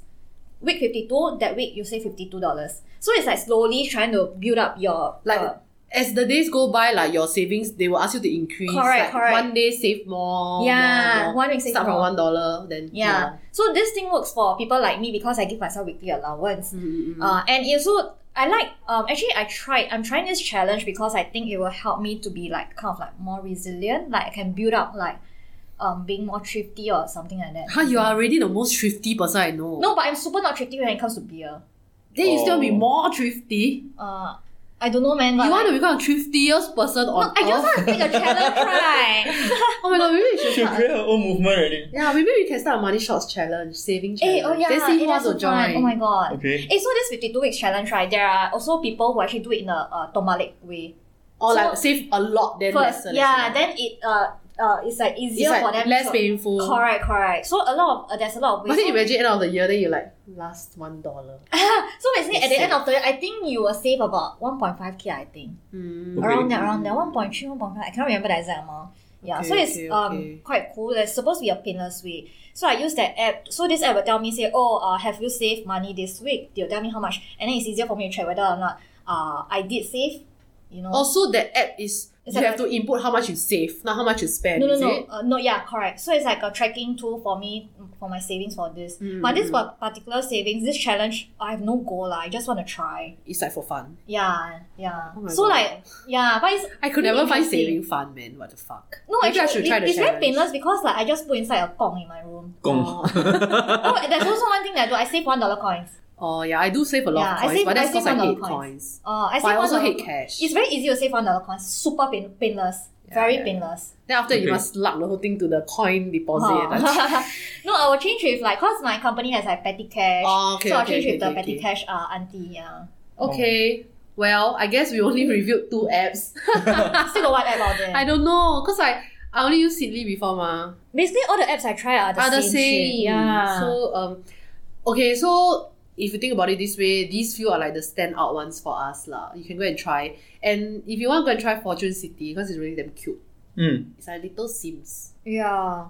Speaker 3: Week fifty two, that week you save fifty two dollars. So it's like slowly trying to build up your
Speaker 1: Like
Speaker 3: uh,
Speaker 1: as the days go by, like your savings, they will ask you to increase.
Speaker 3: Correct,
Speaker 1: like,
Speaker 3: correct.
Speaker 1: One day save more.
Speaker 3: yeah
Speaker 1: more, more.
Speaker 3: one week save
Speaker 1: Start from
Speaker 3: more.
Speaker 1: one dollar, then
Speaker 3: Yeah.
Speaker 1: more.
Speaker 3: So this thing works for people like me because I give myself weekly allowance.
Speaker 1: Mm, mm, mm.
Speaker 3: Uh, and it also I like um actually I tried I'm trying this challenge because I think it will help me to be like kind of like more resilient. Like I can build up like um being more thrifty or something like that.
Speaker 1: Huh, you are already the most thrifty person I know.
Speaker 3: No, but I'm super not thrifty when it comes to beer.
Speaker 1: Then you still be
Speaker 2: Oh.
Speaker 1: more thrifty.
Speaker 3: Uh I don't know man but
Speaker 1: you want
Speaker 3: like,
Speaker 1: to become the thriftiest person
Speaker 3: no,
Speaker 1: on
Speaker 3: I just
Speaker 1: earth.
Speaker 3: want to make a challenge, right?
Speaker 1: Oh my god, maybe we should
Speaker 2: She'll
Speaker 1: start.
Speaker 2: create her own movement already.
Speaker 1: Yeah, maybe we can start a money shots challenge, saving challenge.
Speaker 3: hey, oh yeah,
Speaker 1: Then see
Speaker 3: eh,
Speaker 1: who wants
Speaker 3: that's
Speaker 1: to
Speaker 3: so fun.
Speaker 1: join.
Speaker 3: Oh my god.
Speaker 2: Okay.
Speaker 3: Hey, so this 52 weeks challenge, right? There are also people who actually do it in a uh, Tomalik way.
Speaker 1: Or like
Speaker 3: So-
Speaker 1: save a lot, then
Speaker 3: First,
Speaker 1: lesser.
Speaker 3: yeah,
Speaker 1: lesser.
Speaker 3: then it uh, uh, it's like
Speaker 1: it's
Speaker 3: easier
Speaker 1: like
Speaker 3: for them.
Speaker 1: less
Speaker 3: to-
Speaker 1: painful.
Speaker 3: Correct, correct. So a lot of uh, there's a lot of
Speaker 1: But
Speaker 3: ways.
Speaker 1: then
Speaker 3: So,
Speaker 1: imagine end of the year, then you like last one dollar.
Speaker 3: so basically, at the end of the year, I think you will save about 1.5k. I think
Speaker 1: Mm.
Speaker 2: Okay.
Speaker 3: around there, around there, 1.3, 1.5. I can't remember the exact amount. Yeah,
Speaker 1: Okay,
Speaker 3: so it's
Speaker 1: okay,
Speaker 3: um
Speaker 1: okay.
Speaker 3: quite cool. There's supposed to be a painless way. So I use that app. So this app will tell me say, oh, uh, have you saved money this week? They'll tell me how much, and then it's easier for me to track whether or not uh I did save. You know.
Speaker 1: Also, that app is
Speaker 3: It's
Speaker 1: you
Speaker 3: like
Speaker 1: have to input how much you save, not how much you spend.
Speaker 3: No, no,
Speaker 1: is
Speaker 3: no.
Speaker 1: it?
Speaker 3: Uh, no, yeah, correct. So it's like a tracking tool for me mm, for my savings for this.
Speaker 1: Mm,
Speaker 3: But this part- particular savings, this challenge, I have no goal lah. I just want to try.
Speaker 1: It's like for fun.
Speaker 3: Yeah, yeah.
Speaker 1: Oh my
Speaker 3: so
Speaker 1: God.
Speaker 3: like, yeah, but it's
Speaker 1: I could
Speaker 3: really
Speaker 1: never find
Speaker 3: interesting.
Speaker 1: saving fun, man. What the fuck?
Speaker 3: No,
Speaker 1: Maybe I should
Speaker 3: actually,
Speaker 1: try
Speaker 3: it-
Speaker 1: the
Speaker 3: it's very
Speaker 1: challenge.
Speaker 3: painless because like I just put inside a gong in my room.
Speaker 2: Gong.
Speaker 3: Oh, there's also one thing that I do. I save one dollar coins.
Speaker 1: Oh yeah, I do save a lot
Speaker 3: Yeah,
Speaker 1: of
Speaker 3: I
Speaker 1: coins,
Speaker 3: save-
Speaker 1: but that's
Speaker 3: I
Speaker 1: because
Speaker 3: save
Speaker 1: I
Speaker 3: one
Speaker 1: hate
Speaker 3: dollar coins.
Speaker 1: coins.
Speaker 3: Uh, I
Speaker 1: But I
Speaker 3: save one
Speaker 1: also
Speaker 3: dollar
Speaker 1: hate
Speaker 3: coin.
Speaker 1: cash.
Speaker 3: It's very easy to save one dollar coins. Super pain- painless.
Speaker 1: Yeah,
Speaker 3: very
Speaker 1: yeah.
Speaker 3: painless.
Speaker 1: Then after you
Speaker 2: Okay.
Speaker 1: must lug the whole thing to the coin deposit. That's-
Speaker 3: Huh. no, I will change with like cause my company has like petty cash.
Speaker 1: Oh, okay,
Speaker 3: so I'll
Speaker 1: okay,
Speaker 3: change
Speaker 1: okay,
Speaker 3: with
Speaker 1: okay,
Speaker 3: the petty
Speaker 1: okay.
Speaker 3: cash uh, auntie. Yeah.
Speaker 1: okay. Well, I guess we only reviewed two apps.
Speaker 3: Still got one app out there.
Speaker 1: I don't know, cause I I only use Sidley before, ma.
Speaker 3: Basically, all the apps I try are the
Speaker 1: are
Speaker 3: same.
Speaker 1: the same.
Speaker 3: shit. Yeah.
Speaker 1: So um, okay. So if you think about it this way, these few are like the standout ones for us lah. You can go and try. And if you want, go and try Fortune City because it's really damn cute.
Speaker 2: Mm.
Speaker 1: It's like little Sims.
Speaker 3: yeah.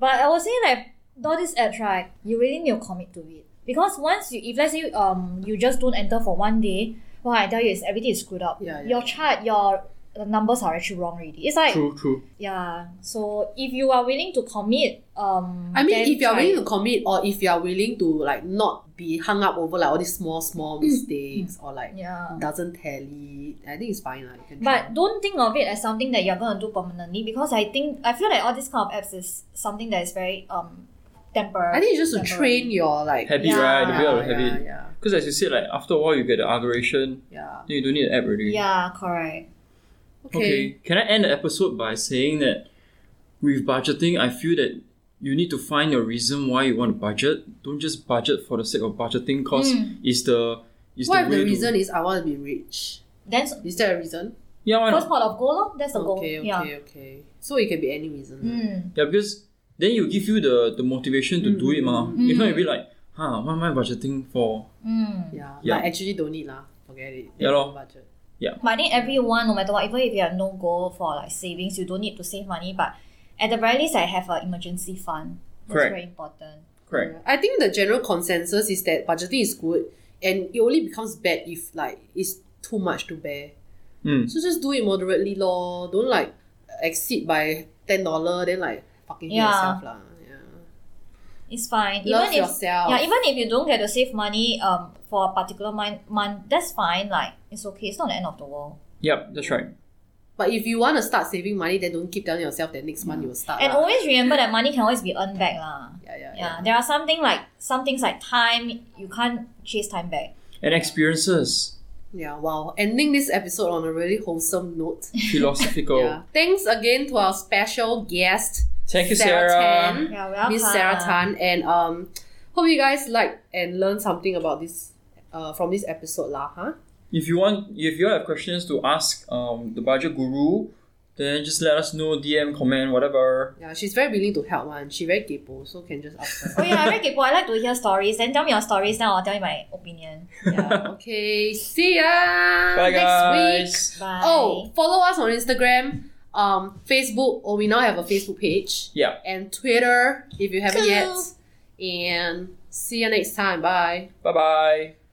Speaker 3: But I was saying like all these apps right, you really need to commit to it because once you if let's say um you just don't enter for one day, well I tell you is everything is screwed up.
Speaker 1: Yeah, yeah.
Speaker 3: Your chart, your the numbers are actually wrong already. It's like
Speaker 2: True, true.
Speaker 3: yeah. So if you are willing to commit, um,
Speaker 1: I mean,
Speaker 3: then
Speaker 1: if you are
Speaker 3: try
Speaker 1: willing to commit, or if you are willing to like not be hung up over like all these small small mistakes or like
Speaker 3: Mm. yeah.
Speaker 1: doesn't tally, I think it's fine lah. You can try.
Speaker 3: But don't think of it as something that you're gonna do permanently because I think I feel like all these kind of apps is something that is very um
Speaker 1: I
Speaker 3: temporary.
Speaker 1: think it's just to
Speaker 3: temporary.
Speaker 1: train your like
Speaker 2: Habit,
Speaker 3: Yeah.
Speaker 2: right? You build
Speaker 1: yeah,
Speaker 2: up a habit.
Speaker 1: yeah,
Speaker 2: Because as you said, like after a while you get the aggravation,
Speaker 1: yeah.
Speaker 2: then you don't need an app already.
Speaker 3: Yeah, correct.
Speaker 1: Okay.
Speaker 2: Okay. Can I end the episode by saying that with budgeting, I feel that you need to find your reason why you want to budget. Don't just budget for the sake of budgeting, cause
Speaker 3: Mm.
Speaker 2: it's the it's
Speaker 1: Hmm. What
Speaker 2: the
Speaker 1: if
Speaker 2: way
Speaker 1: the
Speaker 2: to-
Speaker 1: reason is I want to be rich?
Speaker 3: That's
Speaker 1: Is that a reason?
Speaker 2: Yeah, why
Speaker 3: first
Speaker 2: not?
Speaker 3: part of goal, lor. That's the goal.
Speaker 1: Okay, okay,
Speaker 3: yeah.
Speaker 1: okay. So it can be any reason.
Speaker 3: Mm.
Speaker 2: Yeah, because then you give you the, the motivation to do it,
Speaker 1: Mm-hmm.
Speaker 2: ma. If not, you'll be like, huh, what am I budgeting for?
Speaker 3: Mm.
Speaker 1: Yeah.
Speaker 2: Yeah.
Speaker 1: But actually don't need lah. Forget it.
Speaker 2: Yeah
Speaker 1: Don't
Speaker 2: lor.
Speaker 1: budget.
Speaker 3: But I think everyone, no matter what, even if you have no goal for like savings, you don't need to save money. But at the very least, I have an emergency fund. That's
Speaker 2: Correct.
Speaker 3: very important.
Speaker 2: Correct.
Speaker 1: I think the general consensus is that budgeting is good and it only becomes bad if like it's too much to bear.
Speaker 2: Mm.
Speaker 1: So just do it moderately lor. Don't like exceed by ten dollar then like fucking hate
Speaker 3: Yeah.
Speaker 1: yourself lah. Yeah.
Speaker 3: It's fine.
Speaker 1: Love
Speaker 3: even if
Speaker 1: yourself.
Speaker 3: yeah, even if you don't get to save money um for a particular mon- month, that's fine. Like it's okay. It's not the end of the world.
Speaker 2: Yep, that's right.
Speaker 1: But if you want to start saving money, then don't keep telling yourself that next month you will start.
Speaker 3: Mm. And
Speaker 1: lah.
Speaker 3: always remember that money can always be earned back lah.
Speaker 1: Uh. yeah, yeah, yeah.
Speaker 3: Yeah, there are something like some things like time you can't chase time back.
Speaker 2: And experiences,
Speaker 1: Yeah, wow. Ending this episode on a really wholesome note.
Speaker 2: philosophical.
Speaker 1: Yeah. Thanks again to our special guest,
Speaker 2: Thank you,
Speaker 1: Sarah
Speaker 2: Sarah.
Speaker 1: Tan.
Speaker 3: Yeah, welcome.
Speaker 1: Miss Sarah Tan, and um, hope you guys like and learn something about this, uh, from this episode lah, huh?
Speaker 2: If you want, if you have questions to ask um, the budget guru, then just let us know, DM, comment, whatever.
Speaker 1: Yeah, she's very willing to help one. She very kaypo, so can just ask
Speaker 3: Oh
Speaker 1: her.
Speaker 3: yeah, I very kaypo. I like to hear stories. Then tell me your stories. Then I'll tell you my opinion.
Speaker 1: yeah. Okay, see ya
Speaker 2: Bye,
Speaker 1: next
Speaker 2: guys.
Speaker 1: week.
Speaker 3: Bye.
Speaker 1: Oh, follow us on Instagram, um, Facebook. Oh, we now have a Facebook page
Speaker 2: Yeah.
Speaker 1: and Twitter if you haven't yet.
Speaker 3: Cool.
Speaker 1: And see you next time. Bye.
Speaker 2: Bye bye.